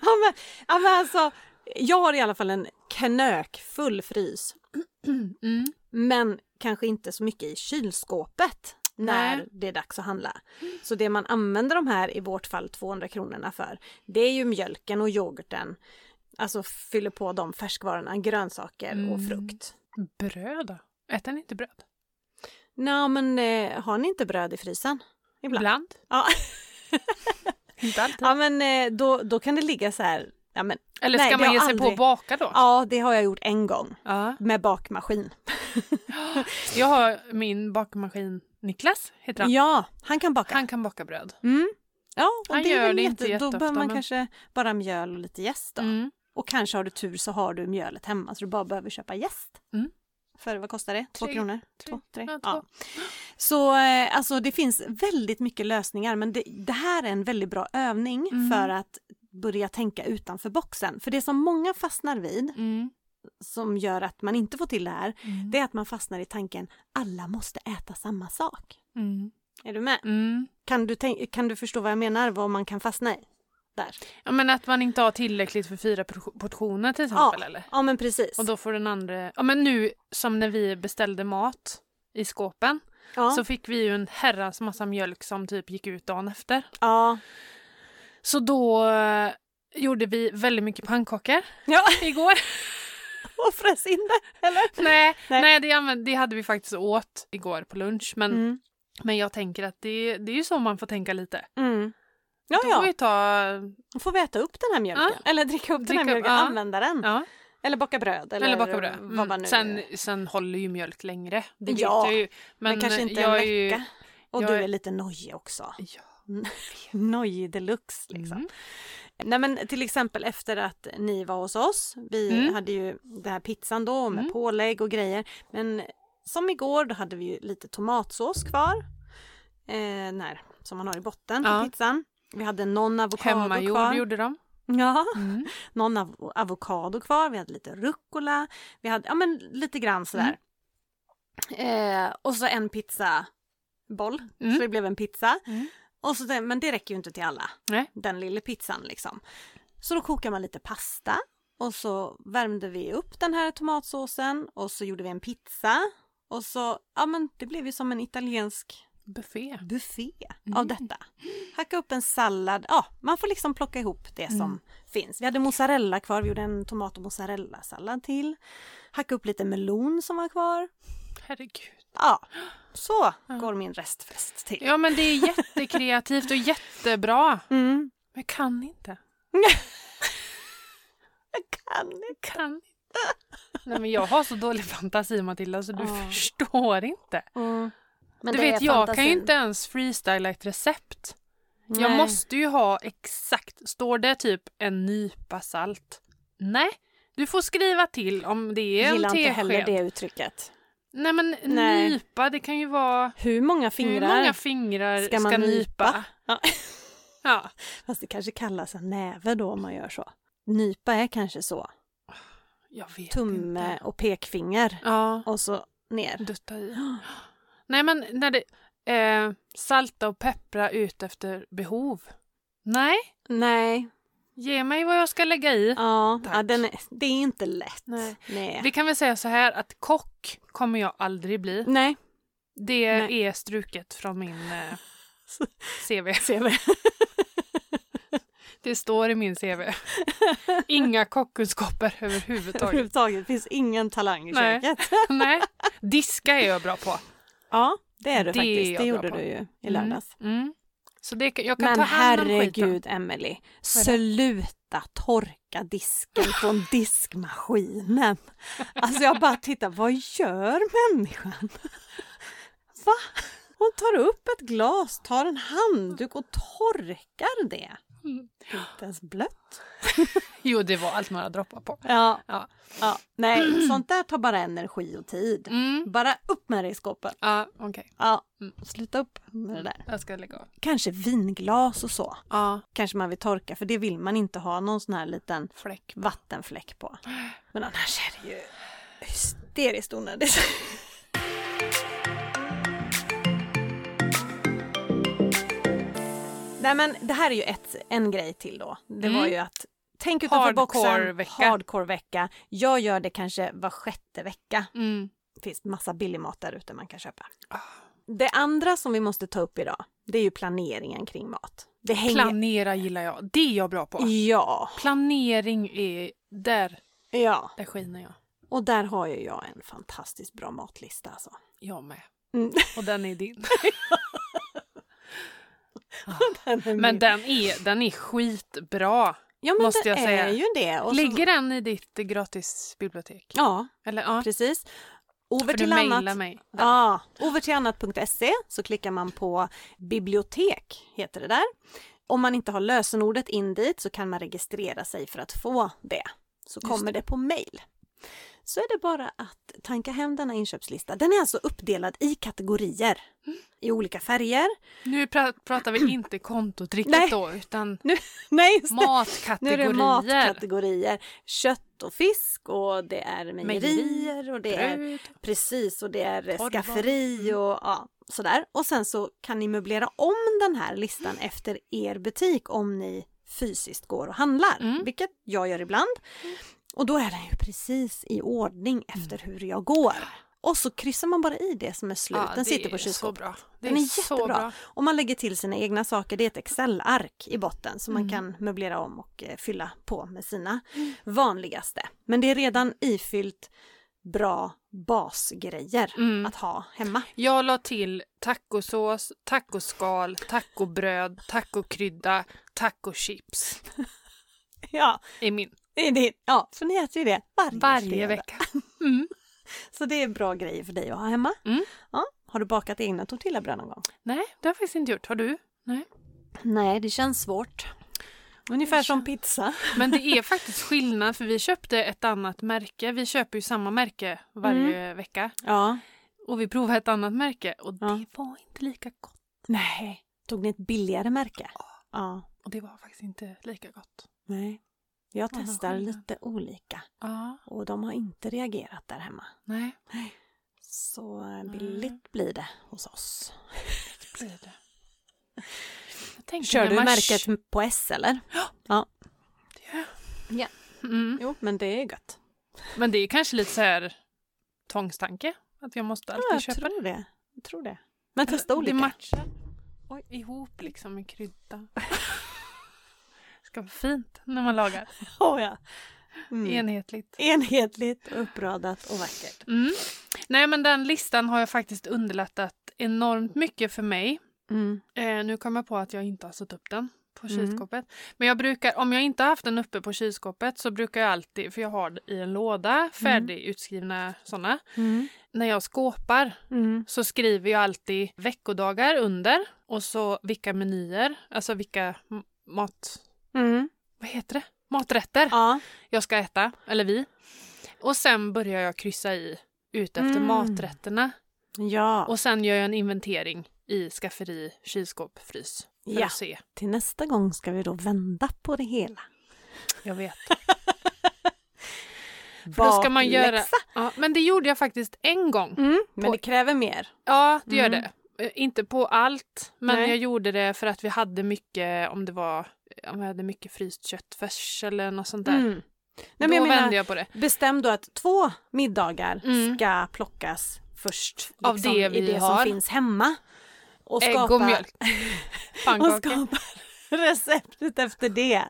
S1: ja, men, ja, men alltså, jag har i alla fall en knökfull frys.
S2: Mm.
S1: Men kanske inte så mycket i kylskåpet när
S2: Nej.
S1: det är dags att handla. Så det man använder de här, i vårt fall 200 kronorna för, det är ju mjölken och yoghurten. Alltså fyller på de färskvarorna, grönsaker och
S2: Mm.
S1: frukt.
S2: Bröd då? Äter ni inte bröd?
S1: Nej men eh, har ni inte bröd i frysen? Ibland.
S2: Ibland.
S1: Ja.
S2: inte alltid.
S1: Ja men eh, då, då kan det ligga så här, ja men
S2: Eller
S1: Nej,
S2: ska
S1: det
S2: man
S1: har
S2: ge sig på
S1: aldrig-
S2: att baka då?
S1: ja det har jag gjort en gång
S2: Ja.
S1: med bakmaskin.
S2: Jag har min bakmaskin Niklas, heter
S1: Ja,
S2: han.
S1: han kan baka.
S2: Han kan baka bröd.
S1: Mm. Ja, och
S2: Han
S1: det är
S2: gör
S1: väl
S2: det
S1: jätte...
S2: inte
S1: Då
S2: jätteofta,
S1: behöver man
S2: men-
S1: kanske bara mjöl och lite jäst då.
S2: Mm.
S1: Och kanske har du tur så har du mjölet hemma så du bara behöver köpa jäst.
S2: Mm.
S1: För vad kostar det? Två
S2: Tre-
S1: kronor?
S2: tre-
S1: Två, tre?
S2: ja, två.
S1: Ja. Så eh, alltså det finns väldigt mycket lösningar men det, det här är en väldigt bra övning
S2: Mm.
S1: för att börja tänka utanför boxen. För det som många fastnar vid
S2: Mm.
S1: som gör att man inte får till det här,
S2: Mm.
S1: det är att man fastnar i tanken alla måste äta samma sak.
S2: Mm.
S1: Är du med?
S2: Mm.
S1: Kan du, tänk- kan du förstå vad jag menar, vad man kan fastna i? Där.
S2: Ja, men att man inte har tillräckligt för fyra por- portioner till exempel eller?
S1: Ja, men precis.
S2: Och då får den andra... Ja men nu som när vi beställde mat i skåpen
S1: ja.
S2: så fick vi ju en herrans massa mjölk som typ gick ut dagen efter.
S1: ja.
S2: Så då eh, gjorde vi väldigt mycket pannkakor
S1: ja.
S2: igår.
S1: och fräs in det, eller?
S2: nej,
S1: Nej.
S2: nej. det, använde, det hade vi faktiskt åt igår på lunch. Men,
S1: Mm.
S2: men jag tänker att det, det är ju så man får tänka lite.
S1: Mm. Ja, Mm.
S2: då får
S1: ja.
S2: vi ta...
S1: Då får vi äta upp den här mjölken. Eller dricka upp den här
S2: Dricka upp,
S1: mjölken,
S2: ja.
S1: använda den.
S2: Ja,
S1: Eller baka bröd. Eller,
S2: eller, baka bröd. Mm.
S1: Vad man nu
S2: sen, sen håller ju mjölk längre. Det vet
S1: Ja,
S2: jag ju.
S1: Men, kanske inte en
S2: jag är
S1: vecka.
S2: ju-
S1: Och
S2: jag
S1: du
S2: är-
S1: är lite nojig också.
S2: Ja.
S1: Nojig deluxe liksom.
S2: Mm.
S1: Nej men till exempel efter att ni var hos oss. Vi
S2: Mm.
S1: hade ju den här pizzan då med
S2: Mm.
S1: pålägg och grejer. Men som igår då hade vi ju lite tomatsås kvar. Eh, när, som man har i botten
S2: Ja.
S1: på pizzan. Vi hade någon avokado
S2: Hemmagjord
S1: kvar.
S2: gjorde de.
S1: Ja,
S2: Mm.
S1: någon av avokado kvar, vi hade lite rucola, vi hade ja, men lite grann
S2: Mm.
S1: sådär. Eh, och så en pizzaboll,
S2: Mm.
S1: så det blev en pizza.
S2: Mm.
S1: Och så, den- men det räcker ju inte till alla,
S2: Nej.
S1: den lilla pizzan liksom. Så då kokar man lite pasta och så värmde vi upp den här tomatsåsen och så gjorde vi en pizza. Och så, ja men det blev ju som en italiensk
S2: Buffé.
S1: buffé
S2: Mm.
S1: av detta. Hacka upp en sallad. Ja, man får liksom plocka ihop det
S2: Mm.
S1: som finns. Vi hade mozzarella kvar, vi gjorde en tomat och mozzarella-sallad till. Hacka upp lite melon som var kvar.
S2: Herregud.
S1: Ja, så går min restfest till.
S2: Ja men det är jättekreativt och jättebra.
S1: Mm.
S2: Men jag kan inte.
S1: Jag kan inte.
S2: Kan inte. Nej men jag har så dålig fantasi Matilda så du
S1: Ja.
S2: förstår inte.
S1: Mm. Men
S2: Du
S1: det
S2: vet
S1: är
S2: jag kan ju
S1: fantasin.
S2: inte ens freestyla ett recept. Jag
S1: Nej.
S2: måste ju ha exakt, står det typ en nypa salt? Nej, du får skriva till om det är
S1: gillar
S2: en
S1: inte heller
S2: tesked.
S1: det uttrycket.
S2: Nej men
S1: Nej.
S2: nypa det kan ju vara
S1: Hur många
S2: hur
S1: fingrar?
S2: många fingrar
S1: ska
S2: ska,
S1: man nypa?
S2: nypa?
S1: Ja.
S2: ja.
S1: Fast det kanske kallas en näve då om man gör så. Nypa är kanske så.
S2: Jag vet
S1: Tumme
S2: inte.
S1: och pekfinger
S2: Ja,
S1: och så ner.
S2: dutta i. Nej men när det... Eh, salta och peppra ut efter behov. Nej,
S1: Nej,
S2: ge mig vad jag ska lägga i.
S1: Ja,
S2: Tack.
S1: ja den är, det är inte lätt.
S2: Nej.
S1: Nej.
S2: Vi kan väl säga så här att kock kommer jag aldrig bli.
S1: Nej.
S2: Det
S1: Mm. Nej.
S2: är struket från min eh, CV.
S1: Ser vi.
S2: Det står i min CV. Inga kockkunskaper överhuvudtaget.
S1: Överhuvudtaget finns ingen talang i
S2: Nej.
S1: köket.
S2: Nej, diska är jag bra på.
S1: Ja, det är du
S2: Det är
S1: faktiskt.
S2: jag
S1: Det
S2: bra
S1: gjorde
S2: på.
S1: du ju i lördags.
S2: Mm. Mm. Så det, kan- jag kan
S1: Men
S2: ta hand om skiten.
S1: herregud Emelie, sluta torka disken från diskmaskinen. Alltså jag bara tittar, vad gör människan? Va? Hon tar upp ett glas, tar en handduk och torkar det.
S2: Mm.
S1: Inte ens blött.
S2: Jo, det var allt några droppar på.
S1: Ja.
S2: Ja.
S1: ja. Nej, sånt där tar bara energi och tid.
S2: Mm.
S1: Bara upp med det i skåpet.
S2: Ja, okej.
S1: Ja,
S2: Mm.
S1: sluta upp med det där.
S2: Jag ska lägga av.
S1: Kanske vinglas och så.
S2: Ja,
S1: Kanske man vill torka för det vill man inte ha någon sån här liten
S2: fläck.
S1: vattenfläck på. Men annars är det ju hysteriskt onödigt. Nej men det här är ju ett, en grej till då. Det var
S2: Mm.
S1: ju att tänk utanför boxen,
S2: Hardcore-vecka.
S1: hardcore-vecka. Jag gör det kanske var sjätte vecka.
S2: Mm.
S1: Det finns massa billig mat där ute man kan köpa. Det andra som vi måste ta upp idag, det är ju planeringen kring mat. Det hänger...
S2: Planera gillar jag. Det är jag bra på.
S1: Ja,
S2: Planering är... Där,
S1: ja.
S2: där skiner jag.
S1: Och där har ju jag en fantastiskt bra matlista alltså.
S2: Jag med.
S1: Mm.
S2: Och den är din.
S1: Den är
S2: Men
S1: min.
S2: den är, den är skitbra.
S1: ja, men
S2: måste
S1: det
S2: jag
S1: är
S2: säga.
S1: ju det. Och så-
S2: Ligger den i ditt gratisbibliotek?
S1: Ja,
S2: Eller ja,
S1: precis. Över
S2: för du
S1: till
S2: mejlar
S1: annat.
S2: mig. den.
S1: Ja, över till annat.se så klickar man på bibliotek heter det där. Om man inte har lösenordet in dit så kan man registrera sig för att få det. Så
S2: Just
S1: kommer
S2: det.
S1: det på mail. så är det bara att tanka hem denna inköpslista. Den är alltså uppdelad i kategorier
S2: Mm.
S1: i olika färger.
S2: Nu pra- pratar vi inte kontot riktigt
S1: Nej.
S2: då utan
S1: Nej, just det. Nu är
S2: matkategorier.
S1: det matkategorier. Kött och fisk och det är mejerier
S2: Mejeri,
S1: och det är
S2: Bröd.
S1: precis och det är eh,
S2: Torrvaror.
S1: skafferi
S2: Mm.
S1: och ja, sådär. Och sen så kan ni möblera om den här listan efter er butik om ni fysiskt går och handlar,
S2: Mm.
S1: vilket jag gör ibland. Och då är den ju precis i ordning efter hur jag går. Och så kryssar man bara i det som är slut.
S2: Mm. Ja,
S1: den
S2: det
S1: sitter
S2: är
S1: på
S2: så
S1: kylskåpet.
S2: bra. Det
S1: Den är jättebra. Och man lägger till sina egna saker. Det är ett Excel-ark i botten som man
S2: Mm.
S1: kan möblera om och eh, fylla på med sina vanligaste. Men det är redan ifyllt bra basgrejer
S2: Mm.
S1: att ha hemma.
S2: Jag la till tacosås, tacoskal, tacobröd, tacokrydda, tacochips
S1: Ja,
S2: i min.
S1: det är det. ja för ni äter ju det varje,
S2: Varje
S1: fredag.
S2: vecka.
S1: Så det är bra grejer för dig att ha hemma.
S2: Mm.
S1: Ja. Har du bakat egna tortillabröd någon gång?
S2: Nej, det har jag faktiskt inte gjort. Har du? Nej.
S1: Nej, det känns svårt. Ungefär som pizza.
S2: Men det är faktiskt skillnad för vi köpte ett annat märke. Vi köper ju samma märke varje vecka.
S1: Ja.
S2: Och vi provade ett annat märke och
S1: Ja.
S2: det var inte lika gott.
S1: Nej. Tog ni ett billigare märke? Ja.
S2: Och det var faktiskt inte lika gott.
S1: Nej. Jag
S2: Ja, vad
S1: testar
S2: skillnad.
S1: lite olika
S2: Ja,
S1: och de har inte reagerat där hemma.
S2: nej.
S1: Så eh, billigt blir det hos oss.
S2: Det blir det. Jag tänker
S1: Kör
S2: när
S1: du
S2: man-
S1: märket på S eller?
S2: Mm.
S1: Jo, men det är gött.
S2: Men det är kanske lite så här tvångstanke. Att jag måste alltid
S1: Ja, jag
S2: köpa
S1: tror det. Jag tror det. Men testa olika.
S2: Det matchar Oj, ihop liksom med krydda. Ska vara fint när man lagar.
S1: Åh, ja. Mm.
S2: Enhetligt.
S1: Enhetligt, uppradat och vackert.
S2: Mm. Nej men den listan har jag faktiskt underlättat enormt mycket för mig.
S1: Mm.
S2: Eh, nu kom jag på att jag inte har satt upp den på
S1: Mm.
S2: kylskåpet. Men jag brukar, om jag inte har haft den uppe på kylskåpet så brukar jag alltid, för jag har det i en låda, färdigutskrivna sådana.
S1: Mm.
S2: När jag skåpar
S1: Mm.
S2: så skriver jag alltid veckodagar under och så vilka menyer, alltså vilka m- mat... Vad heter det? Maträtter
S1: Ja.
S2: jag ska äta, eller vi. Och sen börjar jag kryssa i ut efter
S1: Mm.
S2: maträtterna.
S1: ja.
S2: Och sen gör jag en inventering i skafferi, kylskåp, frys. För
S1: Ja.
S2: att se.
S1: Till nästa gång ska vi då vända på det hela.
S2: Jag vet. För då ska man göra...
S1: Bakläxa.
S2: Ja, men det gjorde jag faktiskt en gång.
S1: Mm. Men
S2: På-
S1: det kräver mer.
S2: Ja, det gör
S1: Mm.
S2: det. Eh, Inte på allt, men
S1: Nej.
S2: jag gjorde det för att vi hade mycket, om det var, om jag hade mycket fryst köttfärs eller något sånt där.
S1: Mm. Nej,
S2: Då
S1: men jag
S2: vände
S1: menar,
S2: jag på det.
S1: bestäm då att två middagar
S2: Mm.
S1: ska plockas först. liksom,
S2: Av det
S1: i
S2: vi
S1: det
S2: har.
S1: som finns hemma. Och
S2: Ägg
S1: skapa,
S2: och mjölk.
S1: och
S2: Pannkakor.
S1: skapa receptet efter det.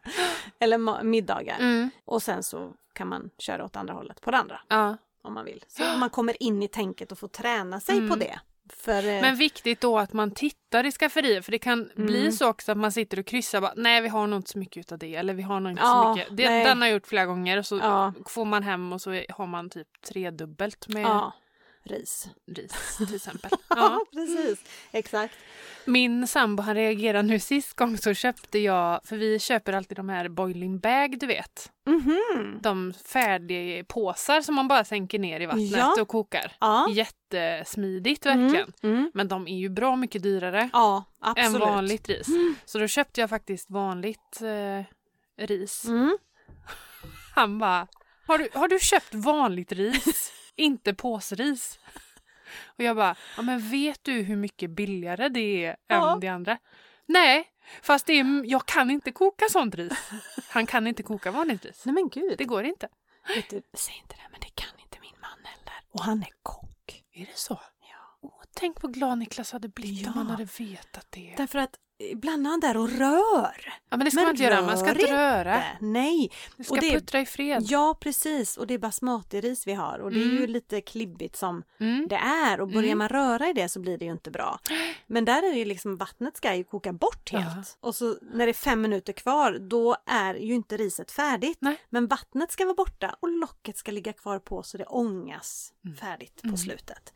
S1: Eller ma- middagar.
S2: Mm.
S1: Och sen så kan man köra åt andra hållet på det andra
S2: Ja.
S1: om man vill. Så man kommer in i tänket och får träna sig
S2: Mm.
S1: på det. För, eh,
S2: Men viktigt då att man tittar i skafferier för det kan
S1: Mm.
S2: bli så också att man sitter och kryssar bara, nej vi har nog inte så mycket utav det eller vi har nog inte
S1: Ja,
S2: så mycket. Det,
S1: nej.
S2: den har jag gjort flera gånger och så
S1: Ja.
S2: får man hem och så är- har man typ tredubbelt med
S1: ja, ris.
S2: ris till exempel. Ja.
S1: precis. Exakt.
S2: Min sambo han reagerade nu sist gång så köpte jag, för vi köper alltid de här boiling bag du vet.
S1: Mhm.
S2: De färdiga påsar som man bara sänker ner i vattnet
S1: Ja.
S2: och kokar.
S1: Ja.
S2: Jättesmidigt verkligen.
S1: Mm.
S2: Men de är ju bra mycket dyrare.
S1: Ja, absolut. Mm.
S2: än vanligt ris. Så då köpte jag faktiskt vanligt eh, ris.
S1: Mm.
S2: Han bara, har du, har du köpt vanligt ris? Inte påsris? Och jag bara, ja, men vet du hur mycket billigare det är
S1: Ja.
S2: än det andra? Nej, fast det är, jag kan inte koka sånt ris. Han kan inte koka vanligt ris.
S1: Nej men gud.
S2: Det går inte.
S1: Vet du, säg inte det, men det kan inte min man heller. Och han är kock.
S2: Är det så? Åh, tänk vad glad Niklas hade blivit om
S1: Ja.
S2: han hade vetat det.
S1: Därför att ibland är han där och rör.
S2: Ja, men det ska
S1: Men
S2: man inte göra. Man ska
S1: rör
S2: inte röra.
S1: Nej.
S2: Det
S1: Och
S2: Äh? ska
S1: det-
S2: puttra i fred.
S1: Ja, precis. Och det är basmatiris vi har och det är ju
S2: Mm.
S1: lite klibbigt som
S2: Mm.
S1: det är och börjar
S2: Mm.
S1: man röra i det så blir det ju inte bra. Men där är det ju liksom vattnet ska ju koka bort helt och så när det är fem minuter kvar då är ju inte riset färdigt.
S2: Nej.
S1: Men vattnet ska vara borta och locket ska ligga kvar på så det ångas
S2: Mm.
S1: färdigt på slutet.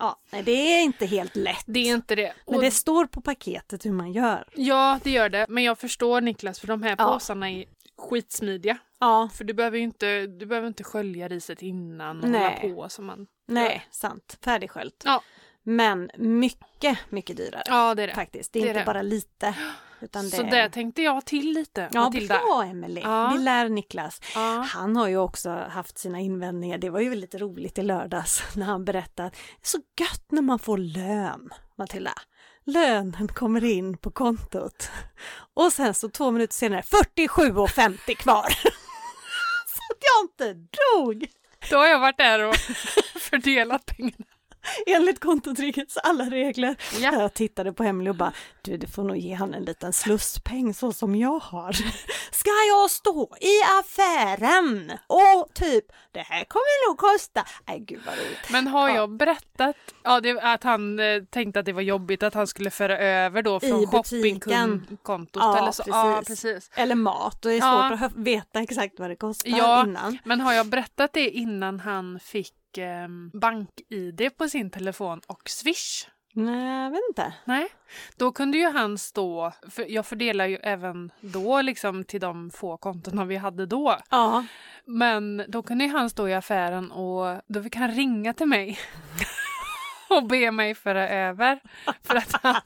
S1: Ja, nej det är inte helt lätt.
S2: Det är inte det.
S1: Men
S2: Och-
S1: det står på paketet hur man gör.
S2: Ja, det gör det. Men jag förstår Niklas, för de här
S1: Ja.
S2: påsarna är skitsmidiga.
S1: Ja,
S2: För du behöver ju inte, du behöver inte skölja riset innan och
S1: Nej.
S2: hålla på som man...
S1: nej, sant. Färdigsköljt.
S2: Ja.
S1: Men mycket, mycket dyrare
S2: Ja, det är det.
S1: faktiskt. Det är
S2: det är
S1: inte
S2: det.
S1: bara lite. Utan det
S2: Så
S1: är-
S2: där tänkte jag till lite,
S1: Ja,
S2: Matilda.
S1: bra Emelie.
S2: Ja.
S1: Vi lär Niklas.
S2: Ja.
S1: Han har ju också haft sina invändningar. Det var ju lite roligt i lördags när han berättade. Det är så gött när man får lön, Matilda. Lönen kommer in på kontot. Och sen så två minuter senare 47,50 kvar. så att jag inte dog!
S2: Då har jag varit där och fördelat pengarna.
S1: Enligt kontotryggets alla regler.
S2: Ja.
S1: Jag tittade på Emily och bara, du du får nog ge han en liten slusspeng så som jag har. Ska jag stå i affären och typ, det här kommer nog kosta. Nej gud vad roligt.
S2: Men har
S1: Ja.
S2: jag berättat ja, det, att han eh, tänkte att det var jobbigt att han skulle föra över då
S1: I
S2: från
S1: butiken.
S2: shoppingkontot
S1: Ja,
S2: eller så? Ja,
S1: precis.
S2: precis.
S1: Eller mat, och det är
S2: Ja.
S1: svårt att hö- veta exakt vad det kostar
S2: Ja.
S1: innan.
S2: Men har jag berättat det innan han fick eh, bank-id på sin telefon och swish?
S1: Nej, jag vet inte.
S2: Nej, då kunde ju han stå, för jag fördelar ju även då liksom till de få kontona vi hade då.
S1: Ja,
S2: Men då kunde ju han stå i affären och då fick han ringa till mig och be mig föra över. För att han,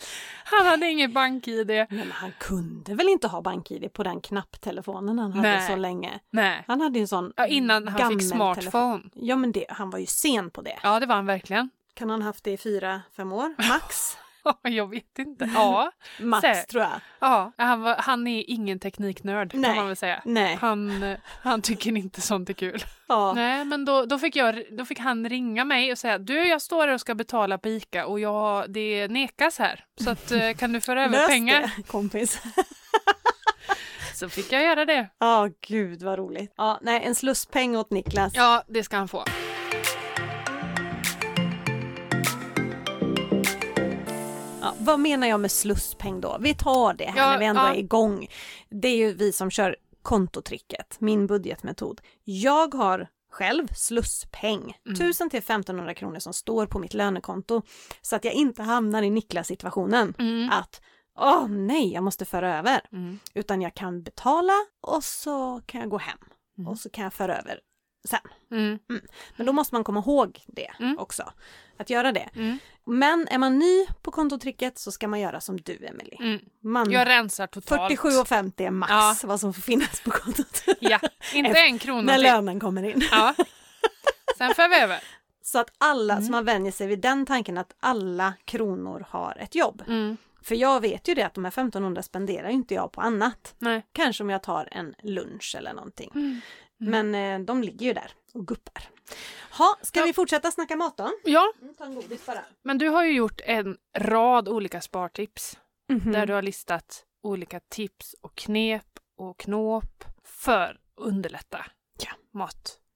S2: han hade ingen bank-id.
S1: men han kunde väl inte ha bank-id på den knapptelefonen han hade
S2: Nej.
S1: så länge.
S2: Nej,
S1: Han hade ju en sån
S2: ja, innan han
S1: gammel
S2: fick smartphone.
S1: Ja men det, han var ju sen på det.
S2: Ja, det var han verkligen.
S1: Kan han haft det i fyra, fem år? Max?
S2: Jag vet inte. Ja,
S1: Max
S2: Säkert.
S1: tror jag.
S2: ja. Han, var, han är ingen tekniknörd
S1: Nej.
S2: kan man väl säga.
S1: Nej.
S2: Han, eh, han tycker inte sånt är kul.
S1: Ja.
S2: Nej, men då, då, fick jag, då fick han ringa mig och säga du, jag står här och ska betala på Ica och jag, det nekas här. Så att, eh, kan du föra över
S1: Lös
S2: pengar?
S1: det, kompis.
S2: Så fick jag göra det.
S1: Ja, gud vad roligt. Ja, nej, en slusspeng åt Niklas.
S2: Ja, det ska han få.
S1: Ja, vad menar jag med slusspeng då? Vi tar det här
S2: Ja,
S1: när vi ändå
S2: ja.
S1: är igång. Det är ju vi som kör kontotricket, min budgetmetod. Jag har själv slusspeng,
S2: Mm.
S1: 1000 till 1500 kronor som står på mitt lönekonto så att jag inte hamnar i Niklas situationen att åh nej, jag måste föra över.
S2: Mm.
S1: Utan jag kan betala och så kan jag gå hem
S2: Mm.
S1: och så kan jag föra över sen.
S2: Mm.
S1: Men då måste man komma ihåg det
S2: Mm.
S1: också. Att göra det.
S2: Mm.
S1: Men är man ny på kontotricket så ska man göra som du Emily.
S2: Mm.
S1: Man
S2: Jag rensar totalt.
S1: 47,50 är max
S2: Ja.
S1: vad som får finnas på kontot.
S2: Ja, inte en krona
S1: När
S2: till.
S1: lönen kommer in.
S2: Ja. Sen för vi över.
S1: Så att alla,
S2: Mm.
S1: så man vänjer sig vid den tanken att alla kronor har ett jobb.
S2: Mm.
S1: För jag vet ju det att de här 1500 spenderar ju inte jag på annat.
S2: Nej.
S1: Kanske om jag tar en lunch eller någonting. Men eh, de ligger ju där och guppar. Ha, ska
S2: Ja.
S1: vi fortsätta snacka mat då?
S2: Ja,
S1: Mm, Ta en godis bara.
S2: men du har ju gjort en rad olika spartips där
S1: Mm-hmm.
S2: du har listat olika tips och knep och knåp för att underlätta
S1: Ja.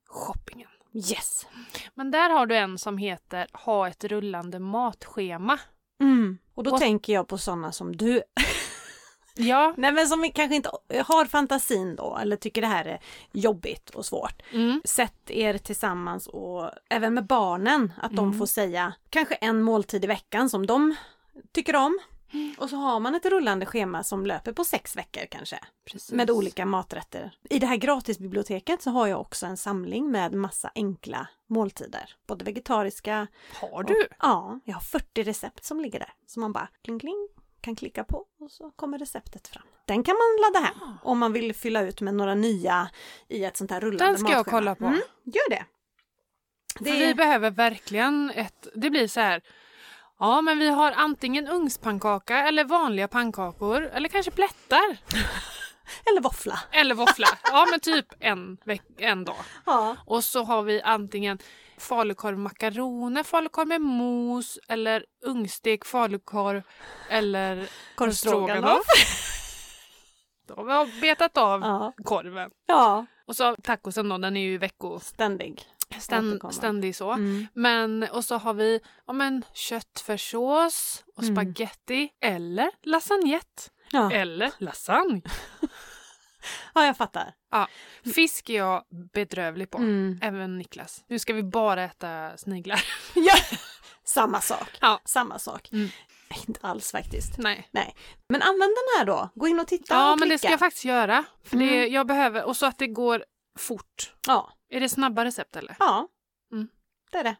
S2: matshoppingen.
S1: Yes.
S2: Men där har du en som heter Ha ett rullande matschema.
S1: Mm. Och då
S2: Och-
S1: tänker jag på sådana som du.
S2: Ja.
S1: Nej men som kanske inte har fantasin då eller tycker det här är jobbigt och svårt.
S2: Mm.
S1: Sätt er tillsammans och även med barnen att de
S2: Mm.
S1: får säga kanske en måltid i veckan som de tycker om.
S2: Mm.
S1: Och så har man ett rullande schema som löper på sex veckor kanske.
S2: Precis.
S1: med olika maträtter. I det här gratisbiblioteket så har jag också en samling med massa enkla måltider. Både vegetariska
S2: Har
S1: och,
S2: du?
S1: Ja, jag har 40 recept som ligger där. Som man bara kling kling kan klicka på och så kommer receptet fram. Den kan man ladda hem
S2: Ah.
S1: om man vill fylla ut med några nya i ett sånt här rullande
S2: Den ska jag
S1: matschema.
S2: kolla på.
S1: Mm, gör det.
S2: För vi behöver verkligen ett... Det blir så här... Ja, men vi har antingen ugnspannkaka eller vanliga pannkakor eller kanske plättar.
S1: Eller våffla.
S2: Eller våffla. Ja, men typ en, veck- en dag.
S1: Ja.
S2: Och så har vi antingen falukorv med makaroner, falukorv med mos eller ugnstek falukorv eller
S1: Korvstroganoff.
S2: Då har vi har betat av
S1: Ja.
S2: korven.
S1: ja,
S2: Och så tacosen då, den är ju vecko...
S1: ständig.
S2: Ständ,
S1: Återkomma.
S2: ständig så.
S1: Mm.
S2: Men, och så har vi ja, men, köttfärssås och
S1: Mm.
S2: spaghetti eller lasagnette.
S1: Ja.
S2: Eller lasagne.
S1: ja, jag fattar.
S2: Fisk är jag bedrövlig på.
S1: Mm.
S2: Även Niklas. Nu ska vi bara äta sniglar.
S1: Ja, samma sak.
S2: Ja.
S1: Samma sak.
S2: Mm.
S1: Inte alls faktiskt.
S2: Nej.
S1: Men använd den här då. Gå in och titta
S2: Ja,
S1: och
S2: men det
S1: klicka.
S2: ska jag faktiskt göra. För det,
S1: Mm.
S2: jag behöver, och så att det går fort.
S1: Ja,
S2: Är det snabba recept eller?
S1: ja.
S2: Mm.
S1: Det är det.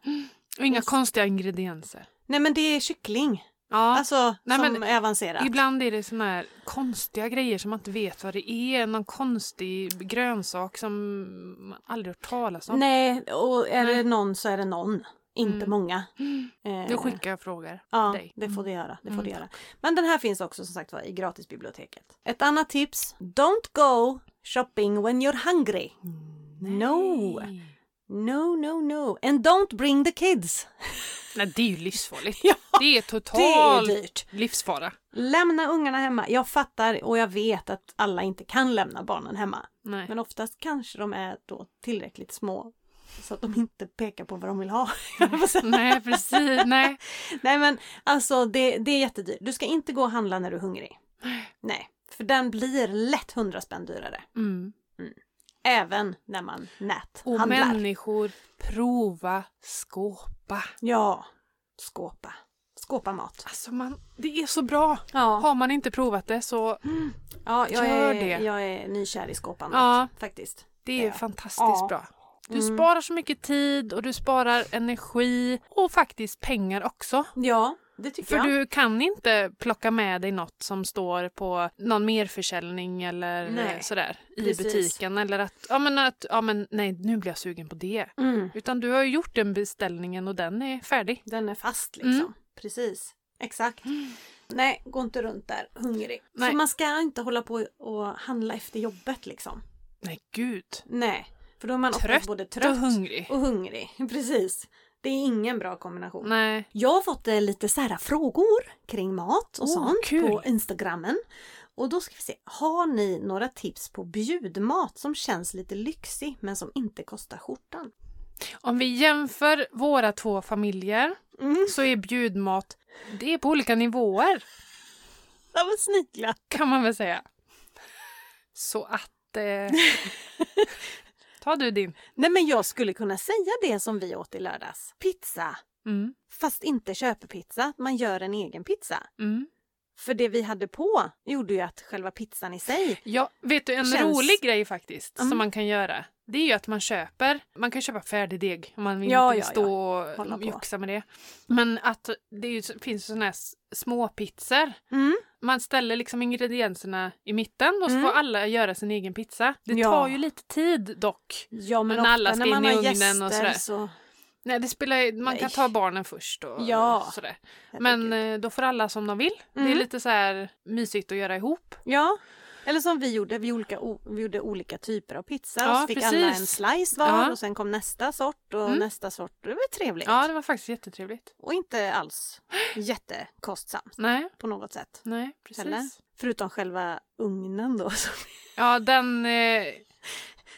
S2: Och inga
S1: Just.
S2: konstiga ingredienser.
S1: Nej men det är kyckling.
S2: Ja,
S1: Alltså
S2: Nej,
S1: som
S2: men-
S1: är alltså- avancerat.
S2: ibland är det såna här konstiga grejer som man inte vet vad det är. Någon konstig grönsak som man aldrig hört talas om.
S1: Nej, och är det
S2: Nej.
S1: någon så är det någon. Inte
S2: Mm.
S1: många.
S2: Mm.
S1: Eh,
S2: Då skickar jag frågor.
S1: Ja,
S2: dig.
S1: det får
S2: Mm.
S1: du göra. Det får
S2: Mm,
S1: du göra. Men den här finns också som sagt var i gratisbiblioteket. Ett annat tips. Don't go shopping when you're hungry. No!
S2: Mm, Nej.
S1: No, no, no. And don't bring the kids.
S2: Nej, det är ju livsfarligt.
S1: Ja,
S2: Det är
S1: Det är
S2: total
S1: dyrt.
S2: livsfara.
S1: Lämna ungarna hemma. Jag fattar och jag vet att alla inte kan lämna barnen hemma.
S2: Nej.
S1: Men oftast kanske de är då tillräckligt små så att de inte pekar på vad de vill ha. Jag får säga.
S2: Nej, precis. Nej.
S1: Nej men alltså det, det är jättedyrt. Du ska inte gå och handla när du är hungrig. Nej, för den blir lätt 100 spänn dyrare.
S2: Mm.
S1: Även när man
S2: Och
S1: näthandlar.
S2: människor, prova skåpa.
S1: Ja, skåpa. Skåpa mat.
S2: Alltså, man, det är så bra.
S1: Ja,
S2: Har man inte provat det så
S1: ja jag, är,
S2: gör det.
S1: jag är nykär i skåpan
S2: Ja.
S1: faktiskt.
S2: det är
S1: Ja.
S2: fantastiskt
S1: Ja.
S2: bra. Du
S1: Mm.
S2: sparar så mycket tid och du sparar energi och faktiskt pengar också.
S1: Ja, det tycker
S2: För
S1: jag.
S2: du kan inte plocka med dig något som står på någon merförsäljning eller
S1: Nej,
S2: eh, sådär i
S1: precis.
S2: butiken. Eller att, ja men att, ja men nej nu blir jag sugen på det.
S1: Mm.
S2: Utan du har ju gjort den beställningen och den är färdig.
S1: Den är fast liksom.
S2: Mm.
S1: Precis. Exakt. Nej, gå inte runt där hungrig.
S2: Nej.
S1: Så man ska inte hålla på och handla efter jobbet liksom.
S2: Nej gud.
S1: Nej, för då är man
S2: Trött
S1: oftast både trött
S2: och hungrig.
S1: och hungrig. Precis. Det är ingen bra kombination.
S2: Nej.
S1: Jag har fått eh, lite så här frågor kring mat och
S2: Åh,
S1: sånt
S2: kul.
S1: på Instagrammen. Och då ska vi se, har ni några tips på bjudmat som känns lite lyxig men som inte kostar skjortan?
S2: Om vi jämför våra två familjer
S1: Mm,
S2: så är bjudmat, det är på olika nivåer
S1: det var sniglar.
S2: kan man väl säga. Så att... Eh, ta du din.
S1: Nej men jag skulle kunna säga det som vi åt i lördags. Pizza!
S2: Mm,
S1: Fast inte köpepizza, att man gör en egen pizza.
S2: mm.
S1: För det vi hade på gjorde ju att själva pizzan i sig...
S2: Ja, vet du en
S1: Känns-
S2: rolig grej faktiskt
S1: Mm.
S2: som man kan göra? Det är ju att man köper, man kan köpa färdig deg om man vill
S1: Ja,
S2: inte
S1: ja,
S2: stå
S1: Hålla
S2: och
S1: på.
S2: joxa med det. Men att det är ju, finns sådana här s- småpizzor.
S1: Mm,
S2: Man ställer liksom ingredienserna i mitten och så
S1: Mm.
S2: får alla göra sin egen pizza. Det
S1: Ja.
S2: tar ju lite tid dock.
S1: ja men,
S2: Men
S1: ofta
S2: alla ska
S1: när
S2: in
S1: man
S2: i
S1: har
S2: ugnen
S1: gäster
S2: och sådär.
S1: så...
S2: Nej, det spelar, man kan
S1: Nej.
S2: ta barnen först och
S1: Ja.
S2: sådär. Men
S1: Herregud.
S2: eh, då får alla som de vill. Det
S1: Mm.
S2: är lite så här mysigt att göra ihop.
S1: Ja, eller som vi gjorde, vi, olika, o- vi gjorde olika typer av pizza och
S2: Ja,
S1: så fick
S2: precis.
S1: alla en slice var
S2: Ja.
S1: och sen kom nästa sort och
S2: Mm.
S1: nästa sort. Det var trevligt.
S2: Ja, det var faktiskt jättetrevligt.
S1: Och inte alls jättekostsamt
S2: Nej,
S1: på något sätt.
S2: nej, precis.
S1: Eller? Förutom själva ugnen då. som-
S2: Ja, den... Eh,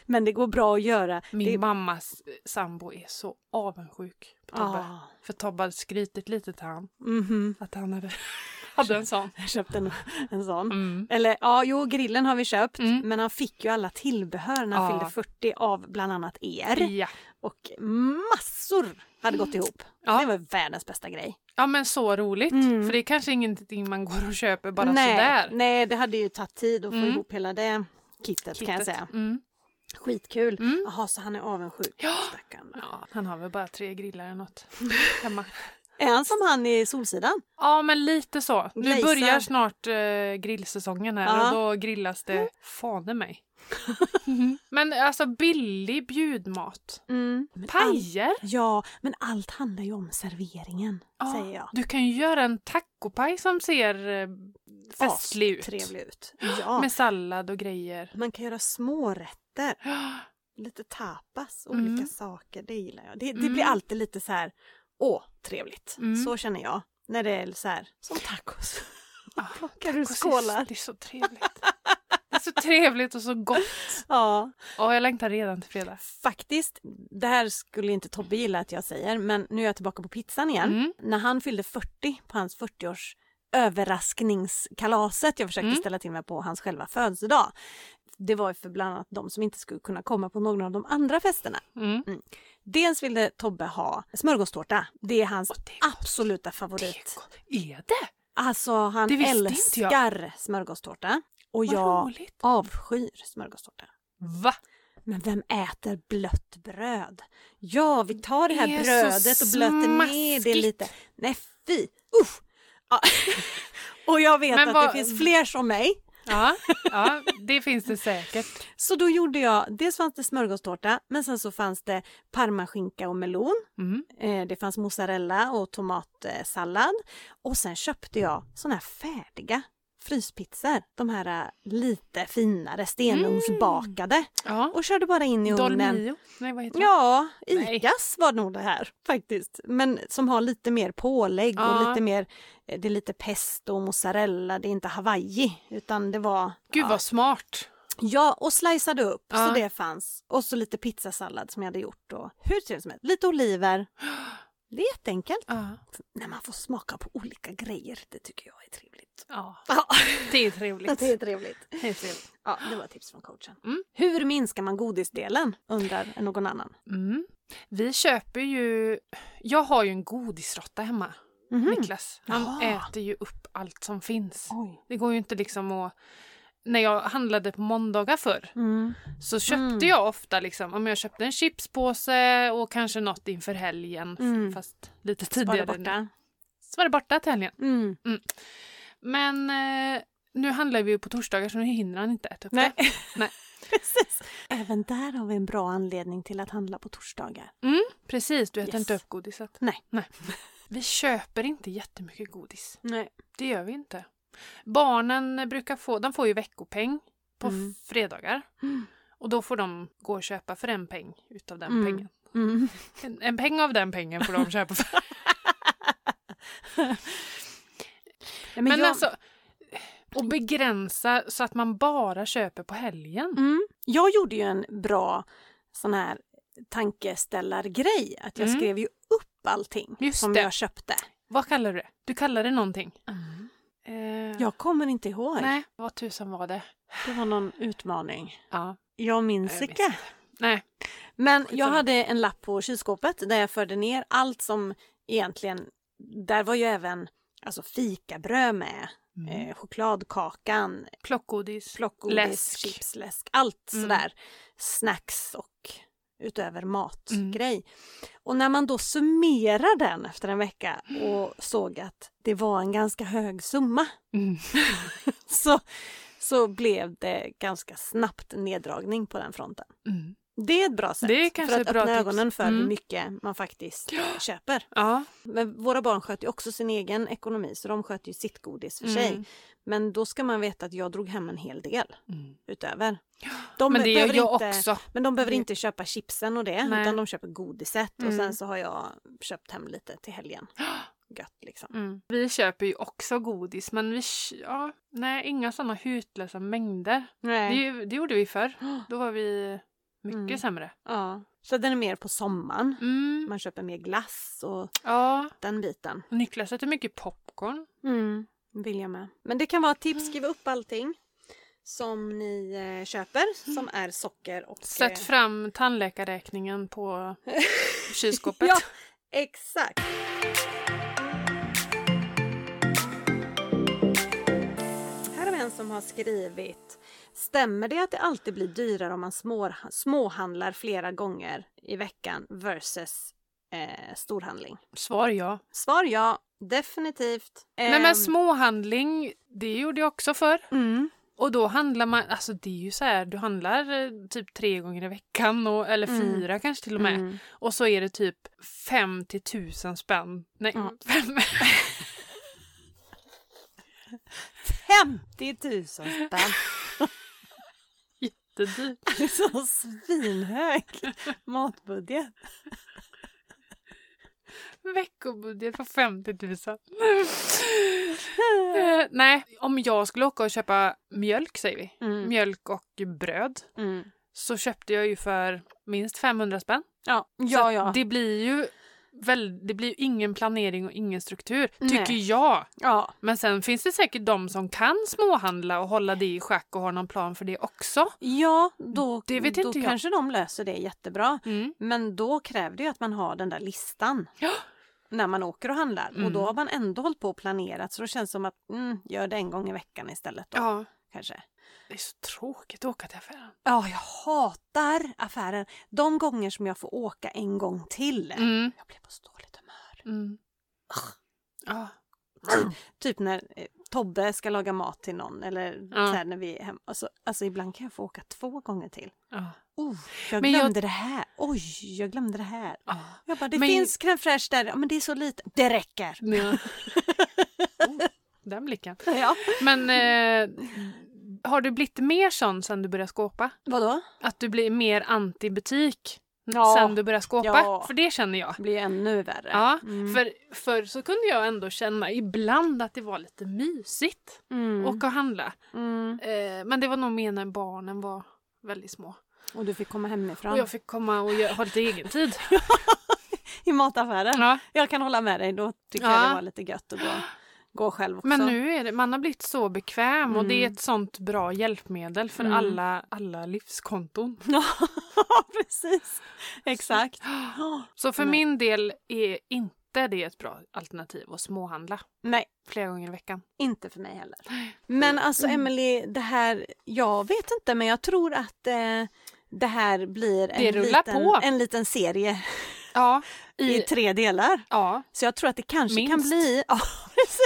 S1: Men det går bra att göra.
S2: Min
S1: det...
S2: mammas eh, sambo är så avundsjuk på Tobbe.
S1: Ah.
S2: För Tobbe hade skrytit lite till han
S1: Mhm.
S2: att han hade, hade en sån.
S1: Jag köpte en, en sån.
S2: Mm.
S1: Eller ja, jo, grillen har vi köpt.
S2: Mm.
S1: Men han fick ju alla tillbehör när han
S2: Ja.
S1: fyllde 40 av bland annat er.
S2: Ja.
S1: Och massor hade gått ihop.
S2: Ja.
S1: Det var världens bästa grej.
S2: ja, men så roligt.
S1: Mm.
S2: För det är kanske ingenting man går och köper bara
S1: nej,
S2: sådär.
S1: Nej, det hade ju tagit tid att få
S2: Mm.
S1: ihop hela det kittet, kan jag
S2: Kittet.
S1: säga.
S2: Mm.
S1: Skitkul.
S2: Mm.
S1: Jaha, så han är avundsjuk.
S2: Ja.
S1: Stackarn.
S2: Ja, han har väl bara tre grillar eller något hemma.
S1: Är han som han i Solsidan?
S2: Ja, men lite så. Nu
S1: Glazad.
S2: börjar snart eh, grillsäsongen här
S1: Ja. Mm.
S2: och då grillas det fader mig. men alltså billig bjudmat.
S1: Men allt-
S2: Pajer.
S1: Ja, men allt handlar ju om serveringen,
S2: Ja,
S1: säger jag.
S2: Du kan ju göra en tacopaj som ser eh, festlig ut.
S1: Trevlig ut. Ja,
S2: Med sallad och grejer.
S1: man kan göra smårätter. Lite tapas, olika
S2: Mm.
S1: saker. Det gillar jag. Det, det
S2: Mm.
S1: blir alltid lite så här, åh, trevligt.
S2: Mm.
S1: Så känner jag. När det är så här, som tacos.
S2: Ah,
S1: Plockar du
S2: tacos är-
S1: skålar?
S2: Det är så trevligt. Det är så trevligt och så gott.
S1: Ja,
S2: Ja, jag längtar redan till fredag.
S1: Faktiskt, det här skulle inte Tobbe gilla att jag säger, men nu är jag tillbaka på pizzan igen.
S2: Mm.
S1: När han fyllde 40 på hans 40-års överraskningskalaset jag försökte
S2: Mm.
S1: ställa till med på hans själva födelsedag. Det var ju för bland annat de som inte skulle kunna komma på någon av de andra festerna.
S2: Mm.
S1: Dels ville Tobbe ha smörgåstårta. Det är hans
S2: Och det är gott.
S1: absoluta
S2: Det är
S1: favorit.
S2: gott. Är det?
S1: Alltså han
S2: Det visste inte
S1: älskar smörgåstårta och
S2: Vad
S1: jag
S2: roligt.
S1: avskyr smörgåstårta.
S2: Va?
S1: Men vem äter blött bröd? Ja, vi tar det här
S2: Det är så
S1: brödet och blöter ner det
S2: smaskigt.
S1: lite. Nej, fy! Usch! Ja. och jag vet
S2: Men
S1: att
S2: vad-
S1: det finns fler som mig.
S2: Ja, ja, det finns det säkert.
S1: Så då gjorde jag, dels fanns det smörgåstårta, men sen så fanns det parmaskinka och melon.
S2: Mm.
S1: Eh, Det fanns mozzarella och tomatsallad. Och sen köpte jag såna här färdiga fryspizzor. De här eh, lite finare stenugnsbakade.
S2: Ja.
S1: Och körde bara in i ugnen.
S2: Dolmio? Nej, vad heter det?
S1: Ja,
S2: Nej.
S1: ICAs var nog det här faktiskt. Men som har lite mer pålägg
S2: Ja.
S1: och lite mer, eh, det är lite pesto och mozzarella, det är inte hawaii utan det var...
S2: Gud
S1: ja.
S2: vad smart.
S1: Ja, och sliceade upp
S2: Ja.
S1: så det fanns. Och så lite pizzasallad som jag hade gjort och hur trevligt som helst. Lite oliver. Det är jätteenkelt.
S2: Ja.
S1: När man får smaka på olika grejer, det tycker jag är trevligt.
S2: ja,
S1: Ja,
S2: det är trevligt.
S1: det är trevligt.
S2: Det är trevligt.
S1: Ja, det var tips från coachen.
S2: Mm.
S1: Hur minskar man godisdelen, undrar någon annan.
S2: Mm. Vi köper ju... Jag har ju en godisrotta hemma,
S1: Mhm.
S2: Niklas. Han
S1: Jaha.
S2: äter ju upp allt som finns.
S1: Oj.
S2: Det går ju inte liksom att... När jag handlade på måndagar förr
S1: Mm.
S2: så köpte
S1: Mm.
S2: jag ofta liksom, om jag köpte en chipspåse och kanske något inför helgen, f-
S1: Mm.
S2: fast lite
S1: Bara
S2: tidigare.
S1: borta.
S2: Så var det borta till helgen.
S1: Mm.
S2: Men eh, nu handlar vi ju på torsdagar så nu hinner han inte äta upp
S1: Nej.
S2: det.
S1: Precis. Även där har vi en bra anledning till att handla på torsdagar.
S2: Precis, du äter
S1: Yes.
S2: inte upp godiset.
S1: Nej.
S2: Nej. Vi köper inte jättemycket godis.
S1: Nej.
S2: Det gör vi inte. Barnen brukar få, de får ju veckopeng på
S1: Mm.
S2: fredagar.
S1: Mm.
S2: Och då får de gå och köpa för en peng utav den
S1: Mm.
S2: pengen.
S1: Mm.
S2: En, en peng av den pengen får de köpa för.
S1: Nej, men
S2: Men
S1: jag-
S2: alltså, och begränsa så att man bara köper på helgen.
S1: Mm. Jag gjorde ju en bra sån här tankeställargrej. Att jag
S2: Mm.
S1: skrev ju upp allting
S2: Just
S1: som
S2: det.
S1: jag köpte.
S2: Vad kallar du det? Du kallar det någonting. Eh,
S1: Jag kommer inte ihåg.
S2: Mm. Nej, vad tusan var det?
S1: Det var någon utmaning.
S2: Ja.
S1: Jag minns
S2: Jag minns
S1: inte.
S2: Nej.
S1: Men jag
S2: Skitsamma.
S1: hade en lapp på kylskåpet där jag förde ner allt som egentligen... Där var ju även alltså, fikabröd med,
S2: Mm.
S1: eh, chokladkakan,
S2: Plockgodis.
S1: plockgodis,
S2: Läsk.
S1: chips, läsk, allt
S2: Mm.
S1: sådär. Snacks och utöver
S2: Mm.
S1: matgrej. Och när man då summerar den efter en vecka och såg att det var en ganska hög summa
S2: Mm.
S1: så, så blev det ganska snabbt neddragning på den fronten.
S2: Mm.
S1: Det är ett bra sätt
S2: Det är kanske
S1: för att
S2: ett bra
S1: öppna
S2: tips.
S1: ögonen för
S2: Mm.
S1: hur mycket man faktiskt eh, köper.
S2: Ja.
S1: Men våra barn sköter ju också sin egen ekonomi så de sköter ju sitt godis för sig.
S2: Mm.
S1: Men då ska man veta att jag drog hem en hel del
S2: Mm.
S1: utöver. De
S2: Men det gör
S1: behöver
S2: jag
S1: inte,
S2: också.
S1: Men de behöver
S2: Det-
S1: inte köpa chipsen och det
S2: Nej.
S1: utan de köper godiset och
S2: Mm.
S1: sen så har jag köpt hem lite till helgen. Gött liksom.
S2: Mm. Vi köper ju också godis men vi, k- ja, nej, inga sådana hutlösa mängder. Det,
S1: Nej.
S2: är ju- det gjorde vi förr. Då var vi mycket
S1: Mm.
S2: sämre.
S1: Ja. Så den är mer på sommaren.
S2: Mm.
S1: Man köper mer glass och
S2: Ja,
S1: den biten.
S2: och Niklas äter mycket popcorn.
S1: Mm. Vill jag med. Men det kan vara ett tips, skriv upp allting som ni eh, köper som är socker och...
S2: Sätt
S1: eh,
S2: fram tandläkarräkningen på kylskåpet.
S1: Ja, exakt. Här har vi en som har skrivit. Stämmer det att det alltid blir dyrare om man små, småhandlar flera gånger i veckan versus eh, storhandling?
S2: Svar ja.
S1: Svar ja, definitivt.
S2: Nej
S1: Ehm,
S2: men småhandling, det gjorde jag också förr.
S1: mm,
S2: Och då handlar man, alltså det är ju så här, du handlar eh, typ tre gånger i veckan och, eller
S1: Mm.
S2: fyra kanske till och med.
S1: mm.
S2: Och så är det typ 5 till 1000 spänn. Nej,
S1: Ja.
S2: fem,
S1: 50 000 spänn!
S2: det är dyrt.
S1: Det är så svinhög matbudget.
S2: Veckobudget på 50 000. Eh, nej, om jag skulle åka och köpa mjölk säger vi,
S1: Mm.
S2: mjölk och bröd
S1: Mm.
S2: så köpte jag ju för minst 500 spänn.
S1: Ja,
S2: Så
S1: ja,
S2: att
S1: ja.
S2: Det blir ju väl, det blir ju ingen planering och ingen struktur, tycker
S1: Nej.
S2: jag.
S1: ja.
S2: Men sen finns det säkert de som kan småhandla och hålla det i schack och har någon plan för det också.
S1: Ja, då,
S2: Det vet
S1: då
S2: inte jag.
S1: kanske de löser det jättebra.
S2: Mm.
S1: Men då kräver det ju att man har den där listan.
S2: Ja.
S1: när man åker och handlar. Och
S2: Mm.
S1: då har man ändå hållit på och planerat så då känns det som att mm, gör det en gång i veckan istället då
S2: Ja.
S1: kanske.
S2: Det är så tråkigt att åka till affären.
S1: Ja, jag hatar affären. De gånger som jag får åka en gång till,
S2: Mm.
S1: jag blir på så dåligt humör.
S2: Mm. Ja.
S1: Typ när eh, Tobbe ska laga mat till någon eller
S2: Ja.
S1: så här när vi är hemma. Alltså, alltså ibland kan jag få åka två gånger till.
S2: Ja.
S1: Oh, jag
S2: Men jag-
S1: glömde det här. Oj, jag glömde det här.
S2: Ja.
S1: Jag bara, det
S2: Men-
S1: finns crème fraîche där. Ja, men det är så lite. Det räcker.
S2: Oh, den blicken.
S1: Ja.
S2: Men eh, har du blivit mer sån sen du började skåpa?
S1: Vadå?
S2: Att du blir mer anti-butik
S1: Ja.
S2: sen du började skåpa?
S1: Ja.
S2: För det känner jag.
S1: Det blir ju ännu värre.
S2: Ja,
S1: Mm.
S2: för förr så kunde jag ändå känna ibland att det var lite mysigt
S1: Mm.
S2: att åka och handla.
S1: Mm.
S2: Eh, men det var nog mer när barnen var väldigt små.
S1: Och du fick komma hemifrån
S2: Och jag fick komma och gö- ha lite egen tid.
S1: i mataffären.
S2: Ja.
S1: Jag kan hålla med dig, då tycker
S2: Ja.
S1: jag det var lite gött att gå, gå själv också.
S2: Men nu är det, man har blivit så bekväm och det är
S1: Mm.
S2: ett sånt bra hjälpmedel för
S1: Mm.
S2: alla, alla livskonton.
S1: Ja, precis. Exakt.
S2: Så för
S1: Nej.
S2: min del är inte det ett bra alternativ att småhandla
S1: Nej,
S2: flera gånger i veckan.
S1: inte för mig heller. Men alltså
S2: Mm.
S1: Emily, det här, jag vet inte men jag tror att eh, det här blir
S2: Det
S1: en
S2: rullar
S1: liten,
S2: på.
S1: en liten serie
S2: Ja,
S1: i,
S2: i,
S1: tre delar.
S2: ja.
S1: Så jag tror att det kanske kan
S2: Minst.
S1: bli, ja,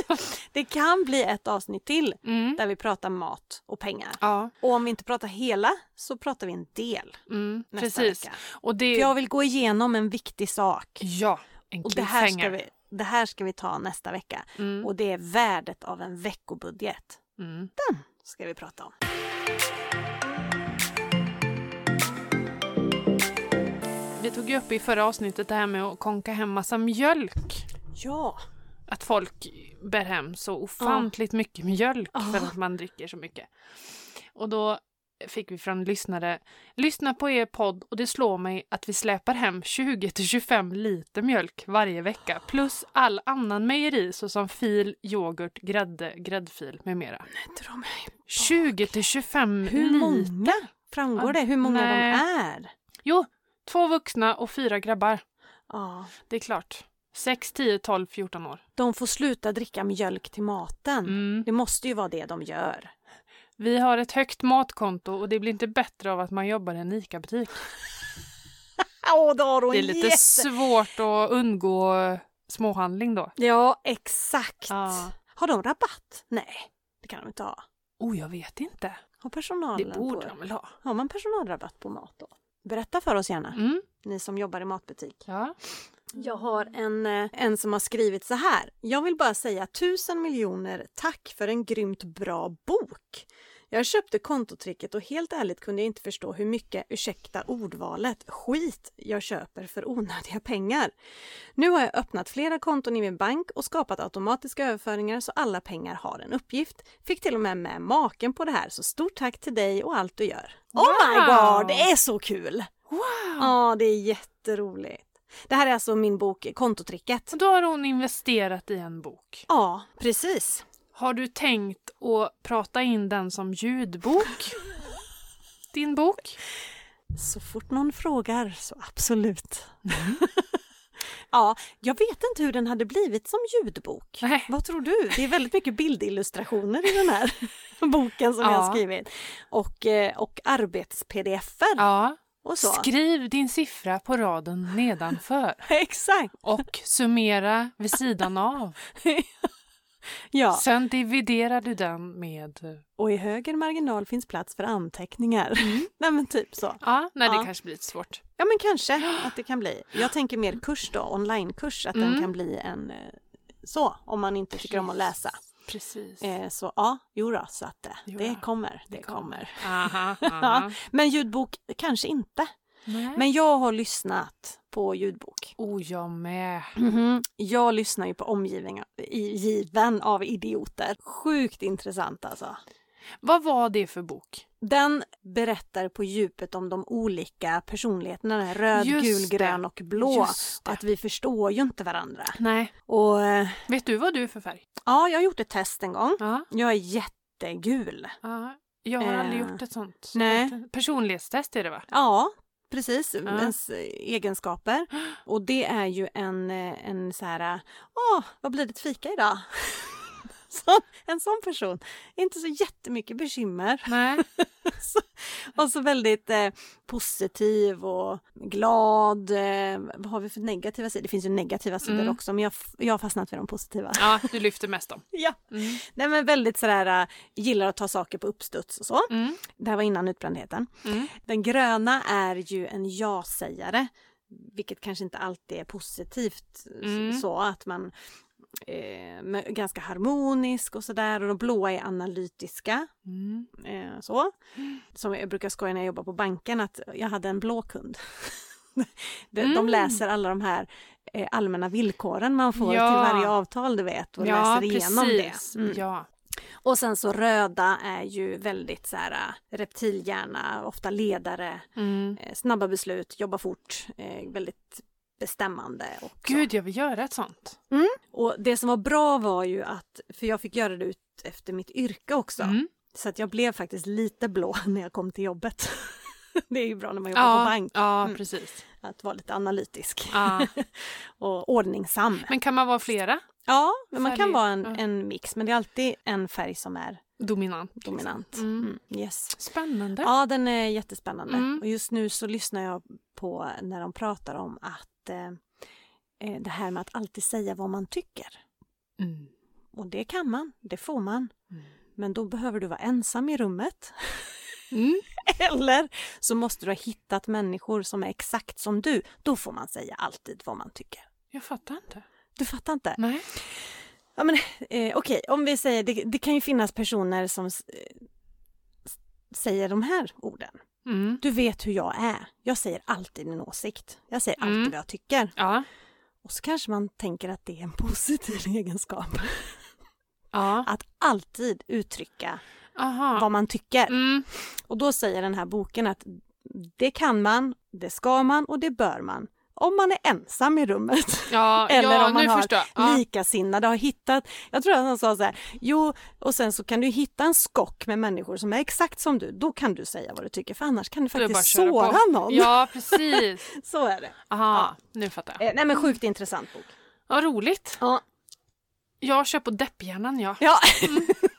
S1: precis. det kan bli ett avsnitt till
S2: Mm,
S1: där vi pratar mat och pengar.
S2: ja.
S1: Och om vi inte pratar hela så pratar vi en del
S2: Mm,
S1: nästa
S2: precis.
S1: vecka.
S2: Och
S1: För
S2: det,
S1: jag vill gå igenom en viktig sak.
S2: ja, en
S1: Och det här, ska
S2: cliffhanger.
S1: vi, det här ska vi ta nästa vecka.
S2: Mm,
S1: Och det är värdet av en veckobudget.
S2: mm.
S1: Ska vi prata om.
S2: Vi tog ju upp i förra avsnittet det här med att konka hem massa mjölk.
S1: Ja,
S2: Att folk bär hem så ofantligt mycket mjölk för att man dricker så mycket. Och då fick vi från lyssnare, lyssna på er podd och det slår mig att vi släpar hem 20-25 liter mjölk varje vecka plus all annan mejeri såsom fil, yoghurt, grädde, gräddfil med mera.
S1: dra mig.
S2: 20-25
S1: Hur
S2: liter?
S1: många? Framgår det hur många de
S2: Mm. Nej.
S1: är?
S2: Jo, två vuxna och fyra grabbar.
S1: Ja.
S2: Det är klart. 6, 10, 12, 14 år.
S1: De får sluta dricka mjölk till maten.
S2: Mm.
S1: Det måste ju vara det de gör.
S2: Vi har ett högt matkonto och det blir inte bättre av att man jobbar i en ICA-butik.
S1: Åh, då har hon
S2: Det är lite
S1: jätte-
S2: svårt att undgå eh, småhandling då.
S1: Ja, exakt.
S2: Ja.
S1: Har de rabatt? Nej, det kan de inte ha.
S2: Oh, jag vet inte.
S1: Har personalen
S2: det borde
S1: på...
S2: de väl ha?
S1: Har man personalrabatt på mat då? Berätta för oss gärna,
S2: Mm.
S1: ni som jobbar i matbutik.
S2: Ja.
S1: Jag har en, eh, en som har skrivit så här. Jag vill bara säga tusen miljoner tack för en grymt bra bok. Jag köpte kontotricket och helt ärligt kunde jag inte förstå hur mycket, ursäkta ordvalet, skit jag köper för onödiga pengar. Nu har jag öppnat flera konton i min bank och skapat automatiska överföringar så alla pengar har en uppgift. Fick till och med med maken på det här så stort tack till dig och allt du gör. Oh my
S2: Wow!
S1: god, det är så kul!
S2: Wow!
S1: Ja, det är jätteroligt. Det här är alltså min bok Kontotricket.
S2: Så då har hon investerat i en bok.
S1: Ja, precis.
S2: Har du tänkt att prata in den som ljudbok? Din bok?
S1: Så fort någon frågar så absolut. ja, jag vet inte hur den hade blivit som ljudbok.
S2: Nej.
S1: Vad tror du? Det är väldigt mycket bildillustrationer i den här boken som jag
S2: Ja.
S1: har skrivit. Och, eh, och arbets-pdf-er
S2: Ja.
S1: och så.
S2: Skriv din siffra på raden nedanför
S1: Exakt!
S2: och summera vid sidan av.
S1: Ja.
S2: Sen dividerar du den med... eh,
S1: Och i höger marginal finns plats för anteckningar. Nej men typ så.
S2: Ja, nej, det
S1: Ja.
S2: kanske blir lite svårt.
S1: Ja men kanske att det kan bli. Jag tänker mer kurs då, onlinekurs, att
S2: Mm.
S1: den kan bli en eh, så, om man inte tycker om att läsa.
S2: Precis.
S1: Eh, så ja, jo då, så att eh,
S2: Jo
S1: det
S2: då,
S1: kommer, det
S2: kommer.
S1: kommer.
S2: Aha, aha.
S1: Men ljudbok kanske inte.
S2: Nej.
S1: Men jag har lyssnat på ljudbok.
S2: Oh, jag med. Mm-hmm.
S1: Jag lyssnar ju på omgivningen, i, given av idioter. Sjukt intressant alltså.
S2: Vad var det för bok?
S1: Den berättar på djupet om de olika personligheterna, den här röd,
S2: Just
S1: gul,
S2: det.
S1: grön och blå.
S2: Just det.
S1: Att vi förstår ju inte varandra.
S2: Nej.
S1: Och eh,
S2: Vet du vad du är för färg?
S1: ja, jag har gjort ett test en gång.
S2: Ja.
S1: Jag är jättegul.
S2: ja. Jag har
S1: Eh,
S2: aldrig gjort ett sånt.
S1: nej.
S2: Ett Personlighetstest är det va?
S1: Ja, precis. Ens eh, egenskaper. Och det är ju en, eh, en så här, åh, vad blir det till fika idag? Sån, en sån person. Inte så jättemycket bekymmer.
S2: Nej.
S1: Och så väldigt eh, positiv och glad. Eh, vad har vi för negativa sidor? Det finns ju negativa sidor
S2: Mm.
S1: också men jag, f- jag har fastnat vid de positiva.
S2: Ja, du lyfter mest dem.
S1: Ja.
S2: Mm.
S1: Nej men väldigt sådär, eh, gillar att ta saker på uppstuds och så.
S2: Mm.
S1: Det här var innan utbrändheten.
S2: Mm.
S1: Den gröna är ju en ja-sägare. Vilket kanske inte alltid är positivt. s-
S2: Mm.
S1: Så att man eh, men ganska harmonisk och sådär. Och de blåa är analytiska.
S2: Mm.
S1: Eh, så. Som jag brukar skoja när jag jobbar på banken att jag hade en blå kund. De,
S2: Mm.
S1: de läser alla de här eh, allmänna villkoren man får
S2: Ja.
S1: till varje avtal du vet och läser igenom det. Mm.
S2: Ja.
S1: Och sen så röda är ju väldigt så här eh, reptilhjärna, ofta ledare,
S2: Mm.
S1: eh, snabba beslut, jobba fort, eh, väldigt bestämmande. Och, så.
S2: Gud, jag vill göra ett sånt.
S1: och det som var bra var ju att, för jag fick göra det ut efter mitt yrke också,
S2: Mm.
S1: så att jag blev faktiskt lite blå när jag kom till jobbet. Det är ju bra när man jobbar på
S2: Ja,
S1: bank,
S2: ja,
S1: Mm.
S2: precis.
S1: att vara lite analytisk
S2: Ja.
S1: och ordningsam.
S2: Men kan man vara flera?
S1: Ja, men man kan
S2: Färger,
S1: vara en,
S2: ja.
S1: en mix, men det är alltid en färg som är
S2: Dominant.
S1: dominant.
S2: Mm.
S1: Mm, yes.
S2: Spännande.
S1: Ja, den är jättespännande.
S2: Mm.
S1: Och just nu så lyssnar jag på när de pratar om att eh, eh, det här med att alltid säga vad man tycker.
S2: Mm.
S1: Och det kan man, det får man.
S2: Mm.
S1: Men då behöver du vara ensam i rummet.
S2: Mm.
S1: Eller så måste du ha hittat människor som är exakt som du. Då får man säga alltid vad man tycker.
S2: Jag fattar inte.
S1: Du fattar inte?
S2: Nej.
S1: Ja, men, eh, Okej, om vi säger, det, det kan ju finnas personer som s- eh, s- säger de här orden.
S2: Mm.
S1: Du vet hur jag är. Jag säger alltid min åsikt. Jag säger alltid
S2: Mm.
S1: vad jag tycker.
S2: Ja.
S1: Och så kanske man tänker att det är en positiv egenskap.
S2: Ja.
S1: Att alltid uttrycka
S2: Aha.
S1: vad man tycker.
S2: Mm.
S1: Och då säger den här boken att det kan man, det ska man och det bör man. Om man är ensam i rummet.
S2: Ja,
S1: Eller
S2: ja
S1: om man
S2: nu
S1: har
S2: förstår jag. Ja.
S1: Likasinnade har hittat, jag tror att han sa så här, jo och sen så kan du hitta en skock med människor som är exakt som du, då kan du säga vad du tycker för annars kan du
S2: Då är det bara
S1: faktiskt
S2: att köra
S1: såra
S2: på.
S1: någon.
S2: Ja, precis.
S1: Så är det.
S2: Aha, nu fattar jag.
S1: Eh, nej men sjukt intressant bok.
S2: Ja, roligt.
S1: Ja.
S2: Jag kör på depphjärnan, jag.
S1: Ja.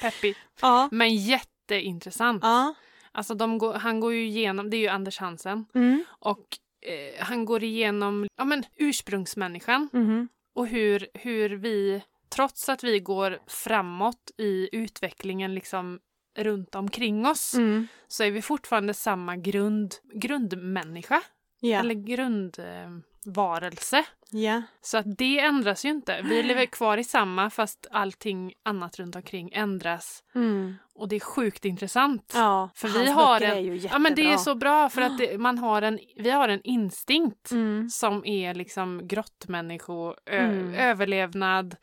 S2: Peppig.
S1: ja.
S2: Men jätteintressant.
S1: ja.
S2: Alltså, de går, han går ju igenom, det är ju Anders Hansen,
S1: Mm.
S2: och eh, han går igenom ja, men, ursprungsmänniskan
S1: Mhm.
S2: och hur, hur vi, trots att vi går framåt i utvecklingen liksom runt omkring oss,
S1: Mm.
S2: så är vi fortfarande samma grund, grundmänniska
S1: Ja.
S2: eller grundvarelse. Eh, varelse.
S1: ja.
S2: Så att det ändras ju inte. Vi lever kvar i samma fast allting annat runt omkring ändras.
S1: Mm.
S2: Och det är sjukt intressant.
S1: Ja.
S2: För vi
S1: Hans
S2: har
S1: böcker
S2: en-
S1: är ju
S2: Ja, men det är
S1: jättebra.
S2: så bra för att det, man har en, vi har en instinkt
S1: Mm.
S2: som är liksom grottmännisko, ö,
S1: Mm.
S2: överlevnad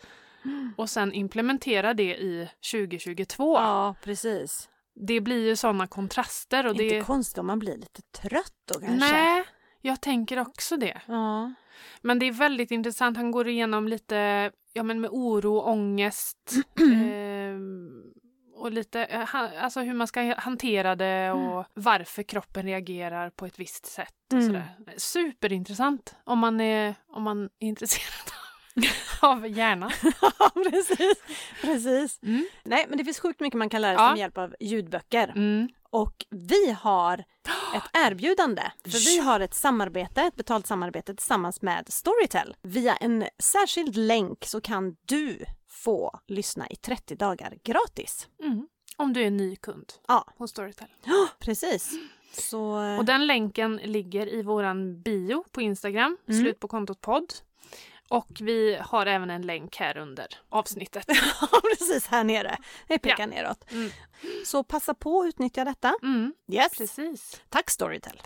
S2: och sen implementera det i 2022.
S1: Ja, precis.
S2: Det blir ju sådana kontraster och
S1: Inte
S2: det...
S1: konstigt om man blir lite trött då kanske.
S2: Nej, jag tänker också det.
S1: Ja.
S2: Men det är väldigt intressant. Han går igenom lite ja, men med oro, ångest ehm, och lite eh, ha- alltså hur man ska hantera det och varför kroppen reagerar på ett visst sätt. Och
S1: Mm.
S2: sådär. Superintressant om man är, om man är intresserad av hjärnan.
S1: ja, precis. precis.
S2: Mm.
S1: Nej, men det finns sjukt mycket man kan lära sig
S2: Ja.
S1: med hjälp av ljudböcker.
S2: Mm.
S1: Och vi har ett erbjudande. För vi
S2: Ja.
S1: har ett samarbete, ett betalt samarbete tillsammans med Storytel. Via en särskild länk så kan du få lyssna i 30 dagar gratis.
S2: Mm. Om du är en ny kund
S1: Ja.
S2: hos Storytel.
S1: Ja, precis. Så... eh,
S2: Och den länken ligger i våran bio på Instagram,
S1: Mm.
S2: slut på kontot podd. Och vi har även en länk här under avsnittet.
S1: Ja, precis här nere. Vi pekar
S2: Ja.
S1: neråt.
S2: Mm.
S1: Så passa på att utnyttja detta.
S2: Mm.
S1: Yes.
S2: Precis.
S1: Tack Storytel.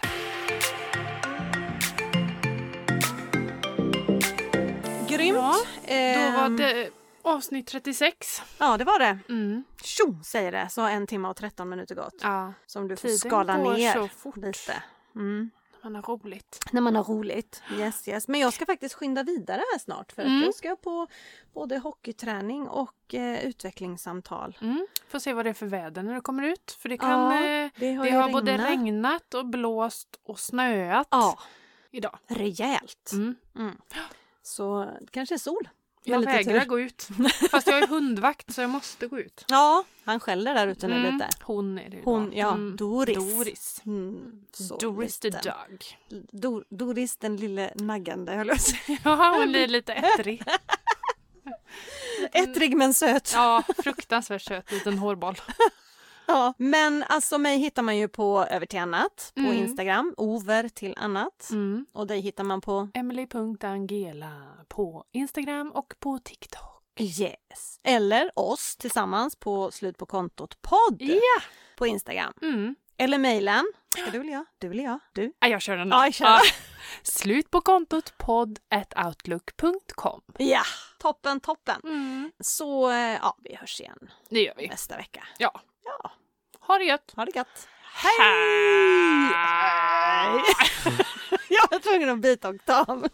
S1: Grymt.
S2: Ja, Då var
S1: Ehm,
S2: det avsnitt 36.
S1: ja, det var det.
S2: Mm.
S1: Tjo, säger det, så har en timme och 13 minuter gått.
S2: Ja.
S1: Som du får
S2: Tiden
S1: skala
S2: går
S1: ner
S2: så fort.
S1: lite. Mm.
S2: Man har roligt.
S1: När man har roligt. Yes, yes. Men jag ska faktiskt skynda vidare här snart för att
S2: Mm.
S1: jag ska på både hockeyträning och eh, utvecklingssamtal.
S2: Mm. Får se vad det är för väder när du kommer ut. För det kan...
S1: Ja,
S2: eh,
S1: Det har,
S2: det
S1: ju
S2: har både
S1: regnat.
S2: regnat och blåst och snöat
S1: Ja,
S2: idag.
S1: rejält.
S2: Mm.
S1: Mm. Så det kanske är sol.
S2: Jag
S1: Med lite
S2: vägrar
S1: tur.
S2: gå ut. Fast jag är hundvakt så jag måste gå ut. Mm.
S1: Ja, han skäller där ute nu lite.
S2: Hon är det
S1: Hon,
S2: då.
S1: ja,
S2: Mm.
S1: Doris.
S2: Doris.
S1: Mm, så
S2: Doris the
S1: liten.
S2: dog.
S1: Dor- Doris den lille naggande, höll jag på att säga.
S2: Ja, hon blir lite ettrig.
S1: Ettrig men söt.
S2: Ja, fruktansvärt söt liten hårboll.
S1: Ja. Men alltså mig hittar man ju på Över till annat på
S2: Mm.
S1: Instagram, Over till annat.
S2: Mm.
S1: Och dig hittar man på
S2: Emily.angela på Instagram och på TikTok.
S1: Yes. Eller oss tillsammans på Slut på kontot podd
S2: Ja!
S1: på Instagram.
S2: Mm.
S1: Eller mejlen. Ska du eller jag? Du eller jag? Du?
S2: Ah, jag kör den
S1: Ja, jag kör den.
S2: Slut på kontot podd at outlook.com.
S1: Ja, toppen, toppen.
S2: Mm.
S1: Så eh, ja, vi hörs igen
S2: Det gör vi.
S1: nästa vecka.
S2: Ja.
S1: Ja,
S2: Ha det gött!
S1: ha det gött. Hej! jag var tvungen att byta oktav.